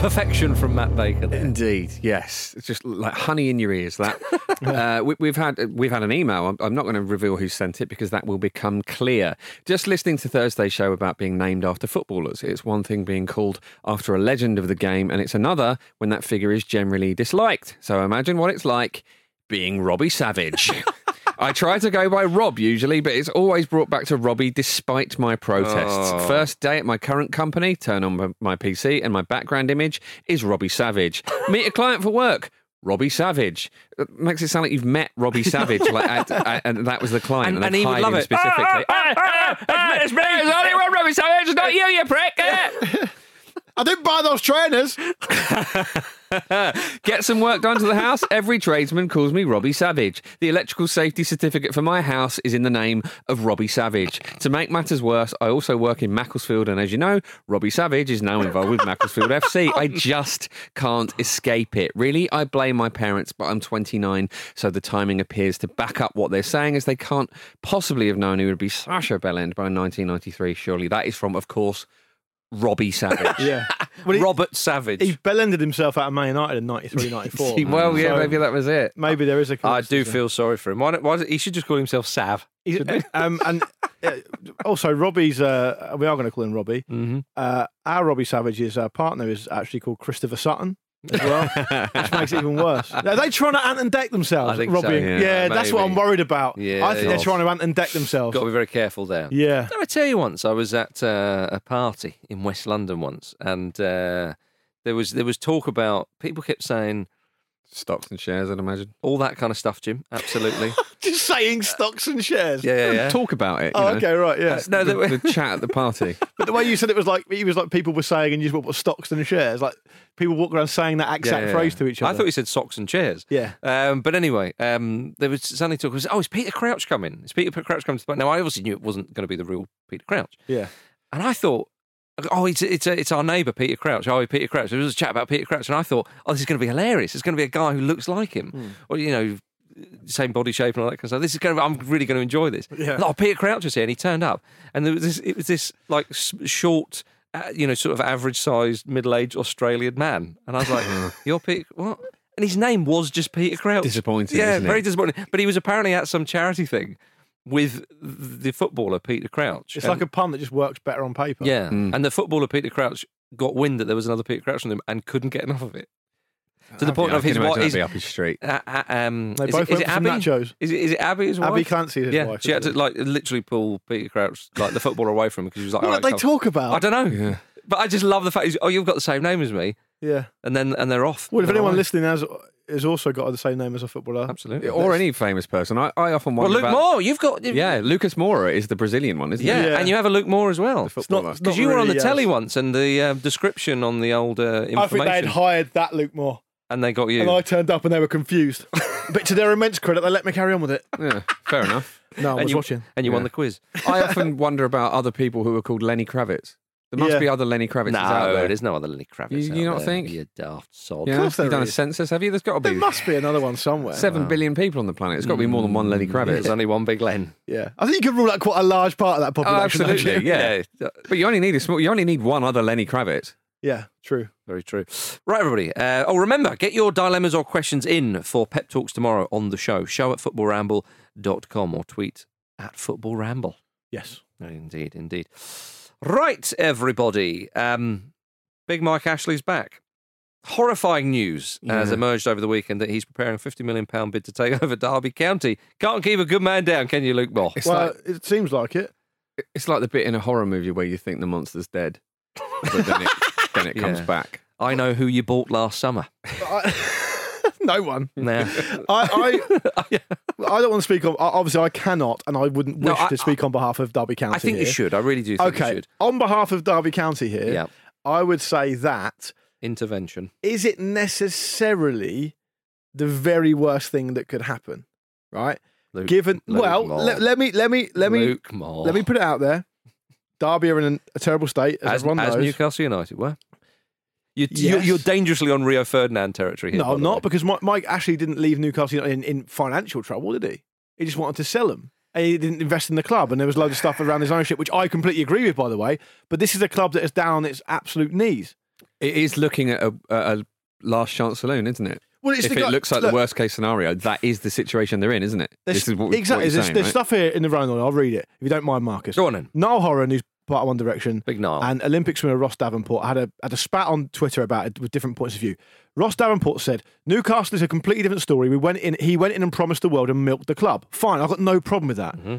S1: Perfection from Matt Baker. there.
S3: Indeed, yes. It's just like honey in your ears.
S1: [laughs]
S3: That uh, we, we've had we've had an email. I'm, I'm not going to reveal who sent it because that will become clear. Just listening to Thursday's show about being named after footballers. It's one thing being called after a legend of the game, and it's another when that figure is generally disliked. So imagine what it's like being
S1: [laughs]
S3: Robbie Savage. I try to go by Rob usually, but it's always brought back to Robbie despite my protests. First day at my current company, turn on my- my PC, and my background image is Robbie Savage. Meet a client for work. Robbie Savage It makes it sound like you've met Robbie Savage, like at, at- and that was the
S1: And-
S3: client, and,
S1: and
S3: they've
S1: he would
S3: hired
S1: love
S3: him
S1: it.
S3: specifically.
S1: Ah, ah, ah, ah, it's me.
S3: It's only one Robbie Savage, it's not you, you prick. Ah.
S2: I didn't buy those trainers.
S3: Get some work done to the house. Every tradesman calls me Robbie Savage. The electrical safety certificate for my house is in the name of Robbie Savage. To make matters worse, I also work in Macclesfield, and as you know, Robbie Savage is now involved with
S2: [laughs]
S3: Macclesfield FC. I just can't escape it. Really, I blame my parents, but I'm 29, so the timing appears to back up what they're saying, as they can't possibly have known who would be Sasha Bellend by 1993. Surely that is from, of course, Robbie Savage.
S2: yeah.
S1: Robert Savage.
S2: He bellended himself out of Man United in
S1: [laughs]
S2: 93, 94.
S3: well, yeah,
S2: So
S3: maybe that was it.
S2: Maybe there is a.
S1: I do feel sorry for him. Why, don't- why does, he should just call himself Sav.
S2: He's- um, and uh, also, Robbie's. Uh, we are going to call him Robbie.
S1: Mm-hmm.
S2: Uh, our Robbie Savage's uh, partner is actually called Christopher Sutton.
S1: [laughs]
S2: As well, which makes it even worse. Now, Are they trying to ant and deck themselves?
S1: I think
S2: Robbie
S1: so,
S2: and-
S1: yeah,
S2: that's what
S1: maybe.
S2: I'm worried about.
S1: Yeah,
S2: I think they're
S1: yeah.
S2: trying to ant and deck themselves.
S1: Got to be very careful there.
S2: [laughs] Yeah.
S1: [laughs] Did I tell you once? I was at uh, a party in West London once, and uh, there was there was talk about people kept saying
S3: Stocks and shares, I'd imagine.
S1: all that kind of stuff, Jim. Absolutely.
S2: Just saying stocks and shares.
S1: Yeah, yeah, yeah.
S3: Talk about it. you
S2: Oh,
S3: know.
S2: okay, right, yeah.
S3: That's the,
S1: that-
S3: the chat at
S2: [laughs]
S3: the party.
S2: But the way you said it was like it was like people were saying and you just what stocks and shares. Like people walk around saying that exact phrase to each other.
S1: I thought he said socks and chairs.
S2: Yeah.
S1: Um, but anyway, um, there was suddenly talk. Was, oh, is Peter Crouch coming? Is Peter Crouch coming to the Now, I obviously knew it wasn't going to be the real Peter Crouch.
S2: Yeah.
S1: And I thought, oh, it's it's, it's our neighbour Peter Crouch. Oh, Peter Crouch. There was a chat about Peter Crouch, and I thought, oh, this is going to be hilarious. It's going to be a guy who looks like him, or you know, same body shape and all that kind of stuff. This is going. To, I'm really going to enjoy this.
S2: Yeah.
S1: And, oh, Peter Crouch was here, and he turned up, and there was this. It was this like s- short. Uh, you know, sort of average-sized, middle-aged Australian man, and I was like, "You're Peter? What?" And his name was just Peter Crouch.
S3: Disappointing,
S1: yeah,
S3: isn't it?
S1: very disappointing. But he was apparently at some charity thing with the footballer Peter Crouch.
S2: it's
S1: And-
S2: like a pun that just works better on paper.
S1: Um, yeah, and the footballer Peter Crouch got wind that there was another Peter Crouch on him and couldn't get enough of it. To the point
S3: I
S1: of
S3: can
S1: his
S3: imagine
S1: wife.
S3: that'd
S1: Is,
S3: be up his street.
S1: uh, uh, um,
S2: They
S1: is, it-
S2: both
S1: is
S2: went
S1: it
S2: for some
S1: Abby?
S2: nachos.
S1: Is it, is it Abby? His wife?
S2: Abby Clancy is his
S1: yeah,
S2: wife,
S1: she had to
S2: isn't
S1: like literally pull Peter Crouch like the football away from him because he was like,
S2: What
S1: "All
S2: did they
S1: come."
S2: talk about?
S1: I don't know, but I just love the fact. He's, oh, you've got the same name as me,
S2: Yeah.
S1: and then and they're off.
S2: Well, if
S1: They're
S2: anyone
S1: away.
S2: listening has has also got the same name as a footballer,
S1: absolutely,
S3: Or any famous person. I, I often
S1: Well,
S3: wonder
S1: Luke
S3: about.
S1: Moore, you've got
S3: Yeah, Lucas Moura is the Brazilian one, isn't
S1: yeah,
S3: he?
S2: Yeah.
S1: and you have a Luke Moore as well.
S3: Footballer.
S2: it's not
S1: Because you were on the
S2: really, yes.
S1: telly once, and the uh, description on the old uh, information,
S2: I think they had hired that Luke Moore,
S1: and they got you.
S2: and I turned up and they were [laughs] confused. but to their immense credit, they let me carry on with it.
S3: yeah, fair enough.
S2: [laughs] No, I
S1: and
S2: was
S1: you,
S2: watching.
S1: and you won
S3: Yeah.
S1: the quiz.
S3: I often wonder about other people who are called Lenny Kravitz. There must
S2: Yeah.
S3: be other Lenny Kravitzes
S1: no,
S3: out there.
S1: there's no other Lenny Kravitz.
S3: You-
S1: out
S3: you don't
S1: there,
S3: think?
S1: You daft sod.
S3: Yeah,
S2: course there
S3: you've done a
S2: is.
S3: census, have you? There's got to
S2: There
S3: be
S2: must be Mm, another one somewhere.
S3: seven billion people on the planet. It's got to be more than one Lenny Kravitz.
S1: Mm, There's only one big Len.
S2: Yeah, I think you could rule out quite a large part of that
S3: Oh,
S2: population.
S3: absolutely,
S2: actually.
S3: yeah. But you only need a small. You only need one other Lenny Kravitz.
S2: [laughs] yeah, true.
S1: Very true. Right, everybody. Uh, oh, remember, get your dilemmas or questions in for Pep Talks tomorrow on the show. Show at footballramble.com or tweet at footballramble.
S2: Yes.
S1: Oh, Indeed, indeed. Right, everybody. Um, Big Mike Ashley's back. Horrifying news has
S3: Yeah.
S1: emerged over the weekend that he's preparing a £50 million bid to take [laughs] over Derby County. Can't keep a good man down, can you, Luke Moore?
S3: It's
S2: well,
S3: like
S2: it seems like it.
S3: it's like the bit in a horror movie where you think the monster's dead, but then it,
S1: [laughs]
S3: then it comes
S1: Yeah.
S3: back.
S1: I know who you bought last summer.
S2: But I- [laughs] no one.
S1: Nah.
S2: [laughs]
S1: [laughs]
S2: I, I, I don't want to speak on. Obviously, I cannot, and I wouldn't wish
S1: No, I-
S2: to speak on behalf of Derby County.
S1: I think you
S2: here.
S1: should. I really do think you
S2: Okay,
S1: should.
S2: on behalf of Derby County here,
S1: Yeah.
S2: I would say that
S1: Intervention.
S2: is it necessarily the very worst thing that could happen, right?
S1: Luke-
S2: Given
S1: Luke
S2: well,
S1: Moore.
S2: let, let me let me let me
S1: Luke oh. Moore.
S2: let me put it out there. Derby are in a terrible state, as,
S1: as,
S2: everyone
S1: as
S2: knows.
S1: Newcastle United were. You,
S2: Yes.
S1: you, are dangerously on Rio Ferdinand territory here.
S2: no,
S1: by
S2: I'm
S1: the way.
S2: not because Mike, Mike actually didn't leave Newcastle United in, in financial trouble, did he? He just wanted to sell them. And he didn't invest in the club, and there was loads of stuff around his ownership, which I completely agree with, by the way. But this is a club that is down on its absolute knees.
S3: It is looking at a, a a last chance saloon, isn't it?
S2: Well, it's
S3: if
S2: the
S3: it
S2: guy-
S3: looks like
S2: look,
S3: the worst case scenario, that is the situation they're in, isn't it?
S2: there's-
S3: this is what we,
S2: exactly.
S3: What you're
S2: there's
S3: saying,
S2: there's
S3: right?
S2: stuff here in the round. I'll read it if you don't mind, Marcus.
S1: Go on then.
S2: Niall Horan, who's part of One Direction,
S1: Big Niall.
S2: and Olympic swimmer Ross Davenport had a had a spat on Twitter about it with different points of view. Ross Davenport said, "Newcastle is a completely different story. We went in, he went in and promised the world and milked the club. Fine, I've got no problem with that.
S3: Mm-hmm.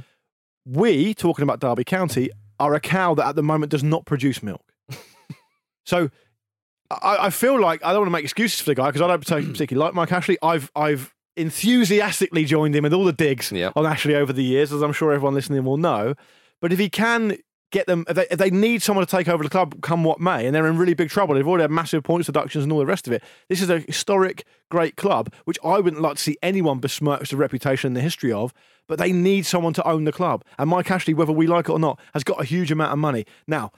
S2: We talking about Derby County are a cow that at the moment does not produce
S3: [laughs]
S2: milk. so." I, I feel like I don't want to make excuses for the guy because I don't particularly like Mike Ashley. I've I've enthusiastically joined him with all the digs
S1: Yeah.
S2: on Ashley over the years, as I'm sure everyone listening will know. But if he can get them. If they, if they need someone to take over the club, come what may, and they're in really big trouble. They've already had massive points deductions and all the rest of it. This is a historic, great club, which I wouldn't like to see anyone besmirch the reputation and the history of. But they need someone to own the club, and Mike Ashley, whether we like it or not, has got a huge amount of money now.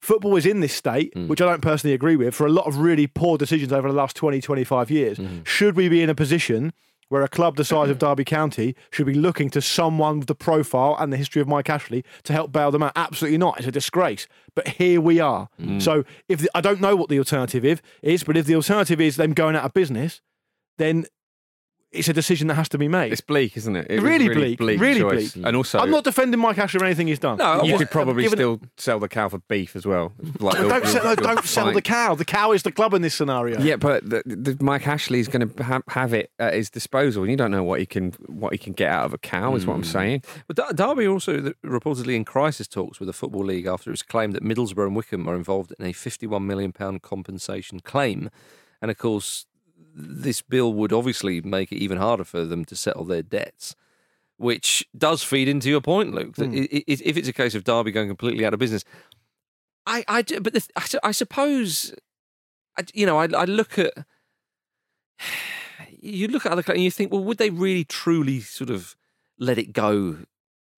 S2: Football is in this state, which I don't personally agree with, for a lot of really poor decisions over the last 20, 25 years. Should we be in a position where a club the size of Derby County should be looking to someone with the profile and the history of Mike Ashley to help bail them out. Absolutely not. It's a disgrace. But here we are.
S10: Mm.
S2: So if the, I don't know what the alternative if- is, but if the alternative is them going out of business, then it's a decision that has to be made. It's
S3: bleak, isn't it? It was
S2: really,
S3: really
S2: bleak,
S3: bleak
S2: really
S3: choice.
S2: bleak.
S3: And also-
S2: I'm not defending Mike Ashley or anything he's done.
S3: you
S2: What-
S3: could probably
S2: given-
S3: still sell the cow for beef
S2: [laughs]
S3: as well. Like,
S2: Don't,
S3: you'll-
S2: sell,
S3: you'll-
S2: don't
S3: you'll
S2: sell
S3: find-
S2: the cow. The cow is the club in this scenario.
S3: Yeah, but the, the Mike Ashley's going to ha- have it at his disposal, and you don't know what he can what he can get out of a cow. Is what I'm
S1: Mm.
S3: saying.
S1: But Der- Derby also th- reportedly in crisis talks with the Football League after it's claimed that Middlesbrough and Wickham are involved in a £51 million compensation claim. And of course, this bill would obviously make it even harder for them to settle their debts, which does feed into your point, Luke.
S3: Hmm.
S1: That
S10: Mm.
S1: i- i- if it's a case of Derby going completely out of business, I, I do, but the, th- I, su- I suppose, I, you know, I, I look at [sighs] you look at other clubs and you think, well, would they really truly sort of let it go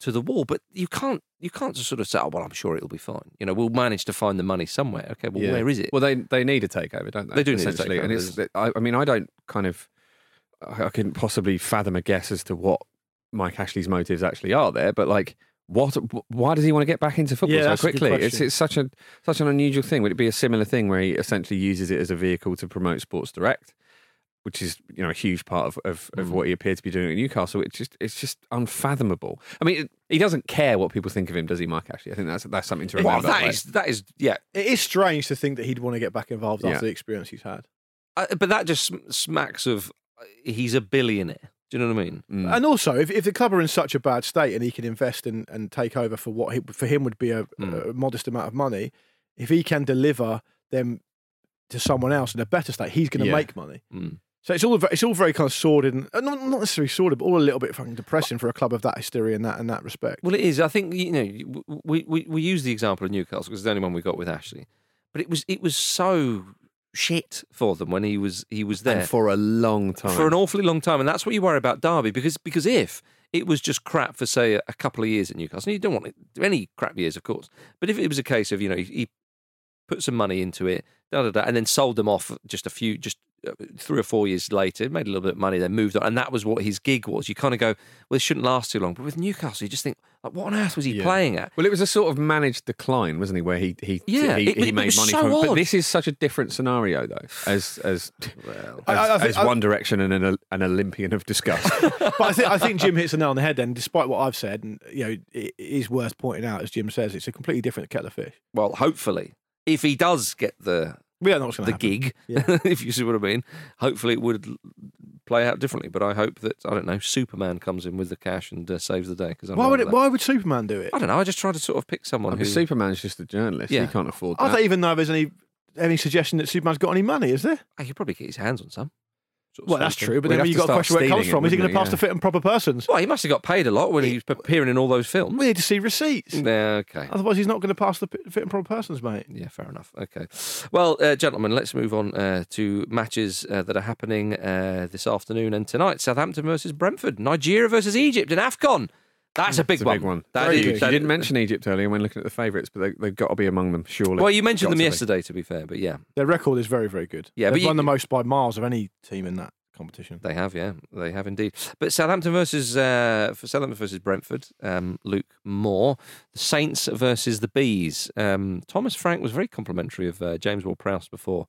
S1: to the wall? But you can't, you can't just sort of say, oh, well, I'm sure it'll be fine. You know, we'll manage to find the money somewhere. Okay, well,
S3: Yeah.
S1: where is it?
S3: Well, they they need a takeover, don't they?
S1: They do need a
S3: essentially, and
S1: takeover.
S3: it's. I, I mean, I don't kind of. I I couldn't possibly fathom a guess as to what Mike Ashley's motives actually are there, but like. What? wh- Why does he want to get back into football
S2: Yeah,
S3: so
S2: that's a good
S3: quickly? It's
S2: question.
S3: it's such a such an unusual thing. Would it be a similar thing where he essentially uses it as a vehicle to promote Sports Direct, which is you know a huge part of of, of what he appeared to be doing at Newcastle? It's just it's just unfathomable. I mean, it, he doesn't care what people think of him, does he, Mike Ashley? I think that's that's something to
S2: Well,
S3: remember.
S2: that
S3: like-
S2: is-
S1: that is yeah.
S2: It is strange to think that he'd want to get back involved
S3: Yeah.
S2: after the experience he's had.
S1: Uh, but that just sm- smacks of uh, he's a billionaire. Do you know what I mean?
S2: And also, if, if the club are in such a bad state and he can invest in, and take over for what he, for him would be a, a modest amount of money, if he can deliver them to someone else in a better state, he's going to
S10: Yeah.
S2: make money. So it's all ve- it's all very kind of sordid and uh, not, not necessarily sordid, but all a little bit fucking depressing for a club of that hysteria and that in that respect.
S1: Well, it is. I think you know you- we we, we use the example of Newcastle because it's the only one we got with Ashley, but it was it was so shit for them when he was he was there
S3: And for a long time.
S1: for an awfully long time, and that's what you worry about Derby because because if it was just crap for say a, a couple of years at Newcastle, and you don't want it, any crap years, of course, but if it was a case of you know he, he put some money into it, da da da, and then sold them off just a few just. uh, Three or four years later, made a little bit of money, then moved on, and that was what his gig was. You kind of go, "Well, this shouldn't last too long." But with Newcastle, you just think, like, "What on earth was he playing at?"
S3: Well, it was a sort of managed decline, wasn't he? Where he he
S1: Yeah, it-
S3: he,
S1: it-
S3: he
S1: it
S3: made
S1: was
S3: money
S1: so
S3: from it. But
S1: odd.
S3: this is such a different scenario, though, as as as,
S2: I- I think-
S3: as
S2: I-
S3: One Direction and an, an Olympian
S1: [laughs]
S3: of disgust.
S2: but I think I think Jim hits the nail on the head. Then, despite what I've said, and you know, it is worth pointing out as Jim says, it's a completely different kettle of fish.
S1: Well, hopefully, if he does get the
S2: We don't know what's going
S1: the
S2: to happen.
S1: gig, [laughs] if you see what I mean, hopefully it would l- play out differently. But I hope that I don't know Superman comes in with the cash and uh, saves the day. Because
S2: Why would it, Why would Superman do it?
S1: I don't know. I just try to sort of pick someone who
S3: But Superman's just a journalist.
S1: Yeah.
S3: He can't afford
S2: I
S3: that.
S2: don't even know if there's any any suggestion that Superman's got any money, is there?
S1: I could probably get his hands on some. Sort of
S2: Well, that's
S1: something.
S2: true, but then you've got to question where it comes from. Is he going to pass the fit and proper persons?
S1: Well, he must have got paid a lot when he was appearing in all those films.
S2: We need to see receipts.
S1: Yeah, okay.
S2: Otherwise, he's not going to pass the fit fit and proper persons, mate.
S1: Yeah, fair enough. Okay. Well, uh, gentlemen, let's move on uh, to matches uh, that are happening uh, this afternoon and tonight. Southampton versus Brentford, Nigeria versus Egypt in AFCON.
S2: Mm,
S1: That's a big
S3: It's a
S1: one.
S3: big one.
S1: That
S3: Very
S1: is-
S3: big. you
S1: that-
S3: didn't mention Egypt earlier when looking at the favourites, but they, they've got to be among them, surely.
S1: Well, you mentioned them
S3: Got to be.
S1: yesterday, to be fair, but yeah.
S2: Their record is very, very good.
S1: Yeah, but
S2: They've
S1: you-
S2: won the most by miles of any team in that competition.
S1: They have, yeah, they have indeed. But Southampton versus uh, for Southampton versus Brentford, um, Luke Moore, the Saints versus the Bees. Um, Thomas Frank was very complimentary of uh, James Ward-Prowse before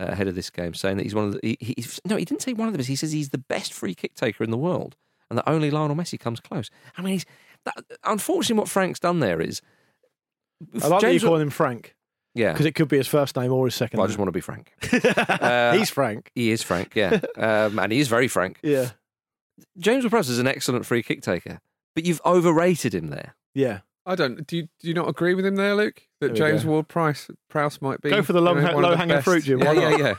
S1: uh, ahead of this game, saying that he's one of the. He, he, no, he didn't say one of the best. He says he's the best free kick taker in the world, and that only Lionel Messi comes close. I mean, he's that, unfortunately what Frank's done there is.
S2: I like that you
S1: James-
S2: calling him Frank
S1: yeah,
S2: because it could be his first name or his second.
S1: but I
S2: name.
S1: just want to be frank.
S2: [laughs]
S1: Uh,
S2: He's Frank.
S1: He is frank,
S2: [laughs]
S1: yeah, um, and he is very frank.
S2: Yeah,
S1: James Ward-Prowse is an excellent free kick taker, but you've overrated him there.
S2: yeah.
S3: I don't. Do you, do you not agree with him there, Luke?
S2: There
S3: That
S2: we
S3: James
S2: go.
S3: Ward Price Prowse might be
S2: Go for the
S3: you
S2: long-
S3: know, one of the
S2: low-hanging
S3: best.
S2: fruit, Jim.
S3: Yeah,
S2: Why
S3: yeah,
S2: not?
S3: yeah.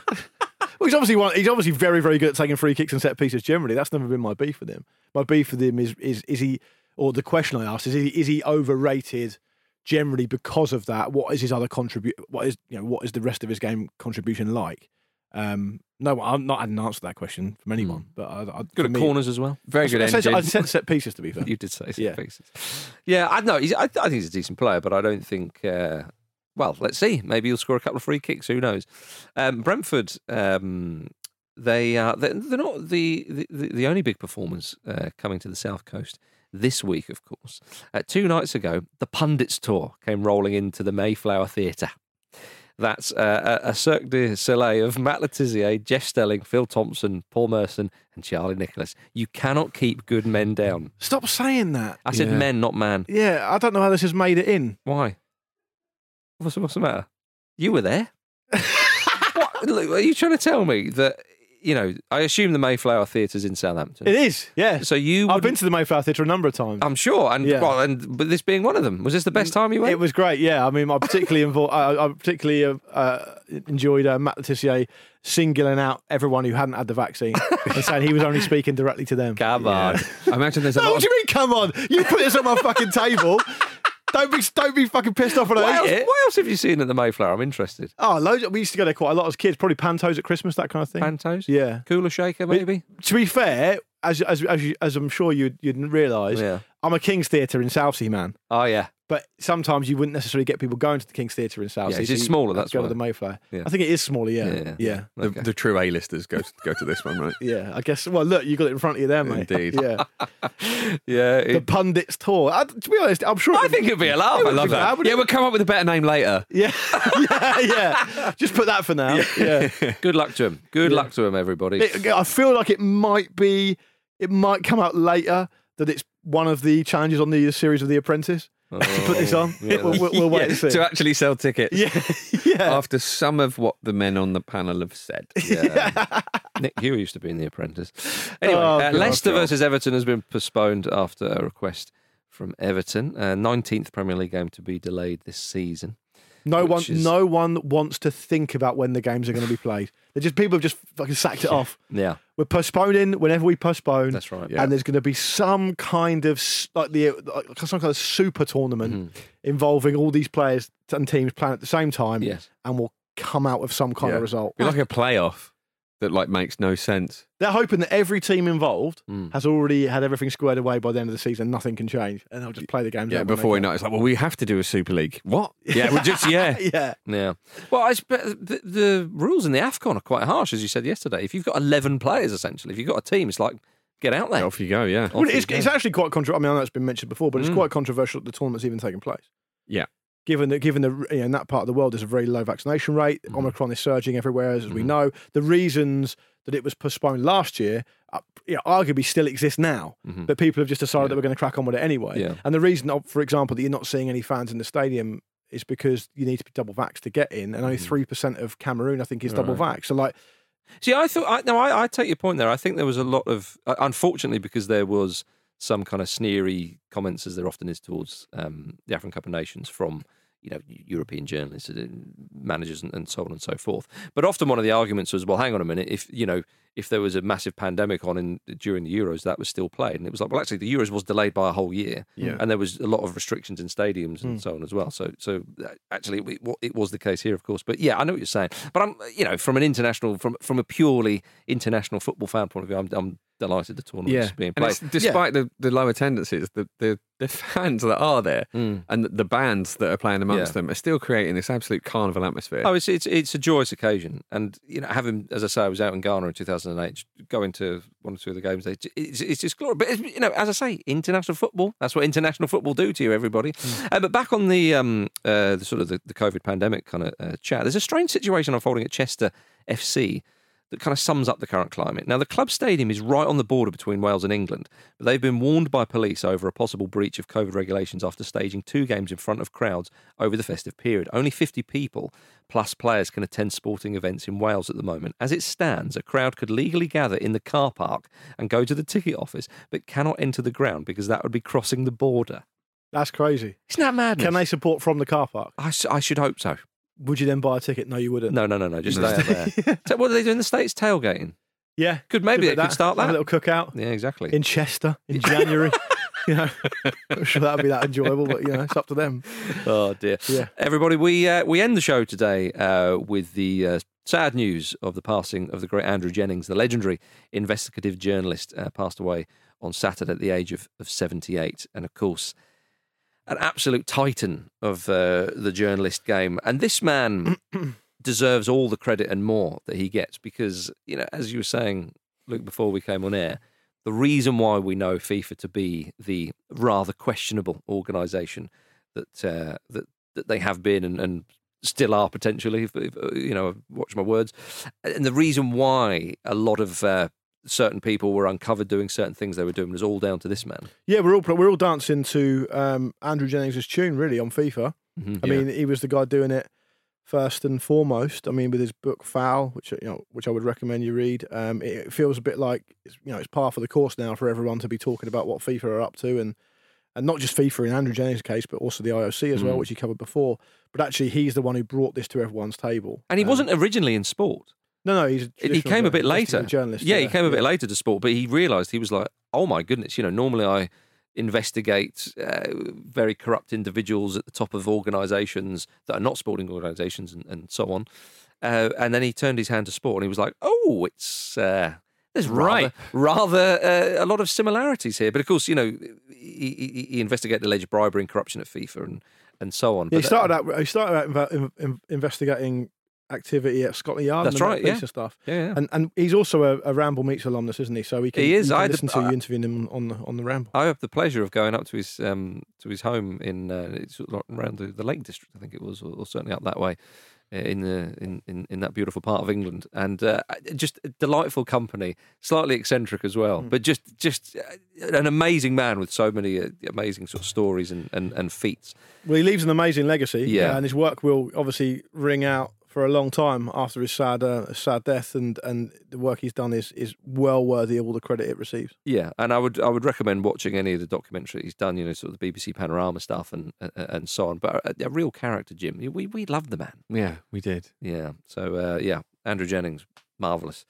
S2: Well, he's obviously one, he's obviously very, very good at taking free kicks and set pieces. Generally, that's never been my beef with him. My beef with him is is is he or the question I asked is is he, is he overrated generally because of that, what is his other contribute? What is you know what is the rest of his game contribution like? Um, no, I'm not. I didn't answer that question
S1: Hmm.
S2: from anyone. But I, I,
S1: Good
S2: for
S1: at
S2: me-
S1: corners as well.
S2: I said- I said, I said set pieces to be fair.
S1: [laughs] you did say set
S2: Yeah.
S1: pieces. Yeah, I know. He's, I, I think he's a decent player, but I don't think. Uh, well, let's see. Maybe he'll score a couple of free kicks. Who knows? Um, Brentford. Um, they are. They're, they're not the, the the only big performers uh, coming to the south coast this week. Of course, uh, two nights ago, the pundits tour came rolling into the Mayflower Theatre. That's uh, a a Cirque du Soleil of Matt Letizia, Jeff Stelling, Phil Thompson, Paul Merson, and Charlie Nicholas. You cannot keep good men down.
S2: Stop saying that.
S1: I said
S2: Yeah.
S1: men, not man.
S2: Yeah, I don't know how this has made it in.
S1: Why? What's, what's the matter? You were
S2: [laughs]
S1: there. what? Look, are you trying to tell me that, you know, I assume the Mayflower Theatre's in Southampton?
S2: It is. Yeah.
S1: So you.
S2: I've been to the Mayfair Theatre a number of times.
S1: I'm sure. And,
S2: Yeah. Mm,
S1: well, and but this being one of them, was this the best time you went?
S2: It was great, yeah. I mean, I particularly [laughs] invo- I, I particularly uh, uh, enjoyed uh, Matt Letitia singling out everyone who hadn't had
S1: [laughs]
S2: the vaccine and saying he was only speaking directly to them.
S1: Come on.
S2: [laughs]
S3: I imagine there's a
S2: No,
S3: lot
S2: what
S3: of
S2: do you mean? Come on, you put this on my fucking table. Don't be, don't be fucking pissed off when
S1: What
S2: I
S1: else,
S2: eat it.
S1: what else have you seen at the Mayflower? I'm interested.
S2: Oh, loads. Of, we used to go there quite a lot as kids. Probably pantos at Christmas, that kind of thing.
S1: Pantos?
S2: yeah.
S1: Cooler Shaker,
S2: But
S1: maybe?
S2: To be fair, as as as, you, as I'm sure you'd you'd realise,
S1: Yeah.
S2: I'm a King's Theatre in Southsea man.
S1: Oh, yeah.
S2: But sometimes you wouldn't necessarily get people going to the King's Theatre in Southsea.
S1: Yeah, it's just
S2: you
S1: smaller,
S2: have
S1: that's
S2: to go
S1: why.
S2: to the Mayflower.
S1: Yeah.
S2: I think it is smaller. Yeah, yeah, yeah.
S3: the,
S1: Okay.
S3: the true A-listers go to, go to this one, right?
S2: I guess. Well, look, you got it in front of you there, mate.
S3: Indeed.
S2: [laughs] Yeah,
S1: yeah.
S2: the
S1: it-
S2: pundits tour. I, to be honest, I'm sure.
S1: I think it'd be a laugh. I love that.
S3: Yeah, we'll come up with a better name later.
S2: Yeah, yeah, [laughs] yeah. Just put that for now. yeah.
S1: Good luck to him. Good luck to him, everybody.
S2: It- [laughs] I feel like it might be, it might come out later that it's one of the challenges on the series of The Apprentice. [laughs] To put this on,
S1: Oh, yeah.
S2: we'll, we'll- we'll wait
S1: [laughs]
S2: and
S3: Yeah,
S2: see.
S3: to actually sell tickets.
S2: yeah, yeah.
S3: After some of what the men on the panel have said.
S2: [laughs]
S1: Nick Hugh used to be in The Apprentice. Anyway,
S2: Oh,
S1: uh,
S2: God.
S1: Leicester versus Everton has been postponed after a request from Everton. Uh, 19th Premier League game to be delayed this season.
S2: No
S1: which
S2: one,
S1: is-
S2: no one wants to think about when the games are going to
S1: [sighs]
S2: be played. They're just people have just fucking sacked it off.
S1: Yeah,
S2: We're postponing whenever we postpone.
S1: that's right.
S2: And there's going to be some kind of s- like the like some kind of super tournament
S1: Mm-hmm.
S2: involving all these players and teams playing at the same time.
S1: Yes.
S2: and we'll come out with some kind
S3: Yeah.
S2: of result.
S3: Be like a playoff that like makes
S2: [laughs]
S3: no sense.
S2: They're hoping that every team involved
S1: Mm.
S2: has already had everything squared away by the end of the season. Nothing can change, and they'll just play the games.
S3: Yeah,
S2: out when
S3: before we
S2: they
S3: know, it's like, well, we have to do a Super League. What? Yeah,
S2: [laughs]
S3: we just yeah.
S2: go. Yeah,
S1: Yeah. Well, I spe- the, the rules in the AFCON are quite harsh, as you said yesterday. If you've got 11 players, essentially, if you've got a team, it's like, get out there.
S3: Off you go. Oh, Yeah.
S1: Off
S2: Well, it's,
S1: you
S2: it's
S1: go.
S2: actually quite controversial. I mean, I know it's been mentioned before, but it's
S1: Mm.
S2: quite controversial that the tournament's even taken place.
S3: Yeah.
S2: Given that, given the you know, in that part of the world, there's a very low vaccination rate.
S1: Mm-hmm.
S2: Omicron is surging everywhere, as we know. The reasons that it was postponed last year, uh, you know, arguably still exist now, but people have just decided that we're going to crack on with it anyway.
S1: Mm-hmm. Yeah.
S2: And the reason, uh, for example, that you're not seeing any fans in the stadium is because you need to be double vaxxed to get in, and only
S1: Mm-hmm.
S2: three percent of Cameroon, I think, is double vaxxed. So, like,
S1: See, I thought I, no, I, I take your point there. I think there was a lot of uh, unfortunately because there was some kind of sneery comments as there often is towards um, the African Cup of Nations from you know European journalists, uh, managers, and, and so on and so forth. But often one of the arguments was, well, hang on a minute, if you know if there was a massive pandemic on in during the Euros, that was still played, and it was like, well, actually, the Euros was delayed by a whole year,
S3: Yeah. Hmm.
S1: and there was a lot of restrictions in stadiums and so on as well. So, so uh, actually, it, wa- it was the case here, of course. But yeah, I know what you're saying. But I'm, you know, from an international, from from a purely international football fan point of view, I'm, I'm delighted the tournament's being
S3: And
S1: played.
S3: it's, despite the, the low attendances, the, the, the [laughs] fans that are there
S1: Mm.
S3: and the bands that are playing amongst
S1: Yeah.
S3: them are still creating this absolute carnival atmosphere.
S1: Oh, it's, it's it's a joyous occasion, and you know, having as I say, I was out in Ghana in 2008, just going to one or two of the games. there, It's, it's just glorious. But it's, you know, as I say, international football—that's what international football do to you, everybody. Uh, but back on the um uh, the sort of the, the COVID pandemic kind of uh, chat, there's a strange situation unfolding at Chester FC that kind of sums up the current climate. Now, the club stadium is right on the border between Wales and England, but they've been warned by police over a possible breach of COVID regulations after staging two games in front of crowds over the festive period. Only 50 people plus players can attend sporting events in Wales at the moment. As it stands, a crowd could legally gather in the car park and go to the ticket office, but cannot enter the ground because that would be crossing the border.
S2: that's crazy.
S1: Isn't that madness?
S2: Can they support from the car park?
S1: I, s- I should hope so.
S2: Would you then buy a ticket? No, you wouldn't.
S1: No, no, no, no. Just stay out
S2: [laughs]
S1: there. So what do they do in the States? Tailgating.
S2: Yeah.
S1: Could maybe
S2: do a
S1: they
S2: bit of
S1: could start
S2: Have
S1: that.
S2: a little cookout.
S1: Yeah, exactly. [laughs]
S2: in Chester in January. you know, I'm sure that'd be that enjoyable, but you know, it's up to them.
S1: [laughs] oh dear.
S2: Yeah.
S1: Everybody, we uh, we end the show today uh, with the uh, sad news of the passing of the great Andrew Jennings, the legendary investigative journalist, uh, passed away on Saturday at the age of, of 78. And of course, an absolute titan of uh, the journalist game. And this man deserves all the credit and more that he gets because, you know, as you were saying, Luke, before we came on air, the reason why we know FIFA to be the rather questionable organisation that uh, that that they have been and, and still are potentially, if, if, uh, you know, watch my words, and the reason why a lot of uh, certain people were uncovered doing certain things they were doing was all down to this man.
S2: Yeah, we're all we're all dancing to um, Andrew Jennings' tune really on FIFA.
S1: Mhm.
S2: I mean, he was the guy doing it first and foremost. I mean, with his book Foul, which you know, which I would recommend you read. Um, it, it feels a bit like it's, you know it's par for the course now for everyone to be talking about what FIFA are up to, and and not just FIFA in Andrew Jennings' case, but also the IOC as well,
S1: Mm.
S2: which you covered before. But actually, he's the one who brought this to everyone's table.
S1: and he
S2: Um,
S1: wasn't originally in sport.
S2: No, no, he's a
S1: he
S2: traditional
S1: came a bit
S2: investigative
S1: later.
S2: Journalist,
S1: yeah, he came a bit later to sport, but he realised he was like, oh my goodness, you know, normally I investigate uh, very corrupt individuals at the top of organisations that are not sporting organisations and, and so on. Uh, and then he turned his hand to sport and he was like, oh, it's. Uh, there's
S7: Right.
S1: rather, rather uh, a lot of similarities here, but of course, you know, he, he, he investigated alleged bribery and corruption at FIFA and, and so on. But uh,
S2: Yeah, he started out. He started out inve- in, in- investigating activity at Scotland Yard.
S1: That's
S2: and all that
S1: right, yeah.
S2: piece of stuff.
S1: Yeah, yeah.
S2: And and he's also a, a Ramble Meets alumnus, isn't he? So we can,
S1: He is.
S2: You can
S1: I had-
S2: listen to
S1: I-
S2: you interviewing him on the on the Ramble.
S1: I had the pleasure of going up to his um, to his home in uh, it's sort of like around the, the Lake District, I think it was, or, or certainly up that way, uh, in the in, in, in that beautiful part of England, and uh, just a delightful company, slightly eccentric as well, but just just uh, an amazing man with so many uh, amazing sort of stories and, and, and feats.
S2: Well, he leaves an amazing legacy.
S1: Yeah.
S2: uh, and his work will obviously ring out for a long time after his sad uh, sad death. And and the work he's done is is well worthy of all the credit it receives.
S1: Yeah, and I would I would recommend watching any of the documentary he's done, you know, sort of the BBC Panorama stuff and and, and so on. But uh, a, a real character, Jim. We we love the man.
S3: Yeah, we did.
S1: Yeah. So uh, yeah, Andrew Jennings, marvelous.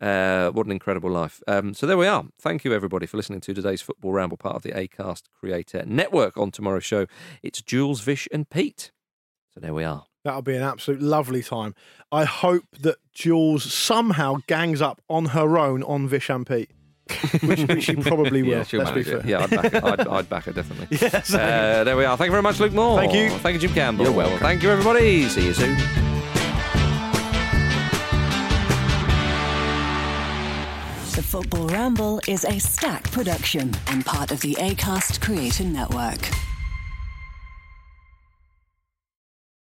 S1: Uh, what an incredible life. Um, so there we are. Thank you everybody for listening to today's football ramble, part of the Acast Creator Network. On tomorrow's show, it's Jules, Vish, and Pete. So there we are.
S2: That'll be an absolute lovely time. I hope that Jules somehow gangs up on her own on Vish and Pete, which, which she probably will.
S1: [laughs] Yeah, she'll
S2: let's be
S1: manage
S2: fair.
S1: it. Yeah, I'd back her. I'd, I'd back her definitely. uh, there we are. Thank you very much, Luke Moore.
S2: Thank you.
S1: Thank you, Jim Campbell.
S3: You're welcome.
S1: Thank you, everybody. See you soon.
S8: The Football Ramble is a stack production and part of the Acast Creator Network.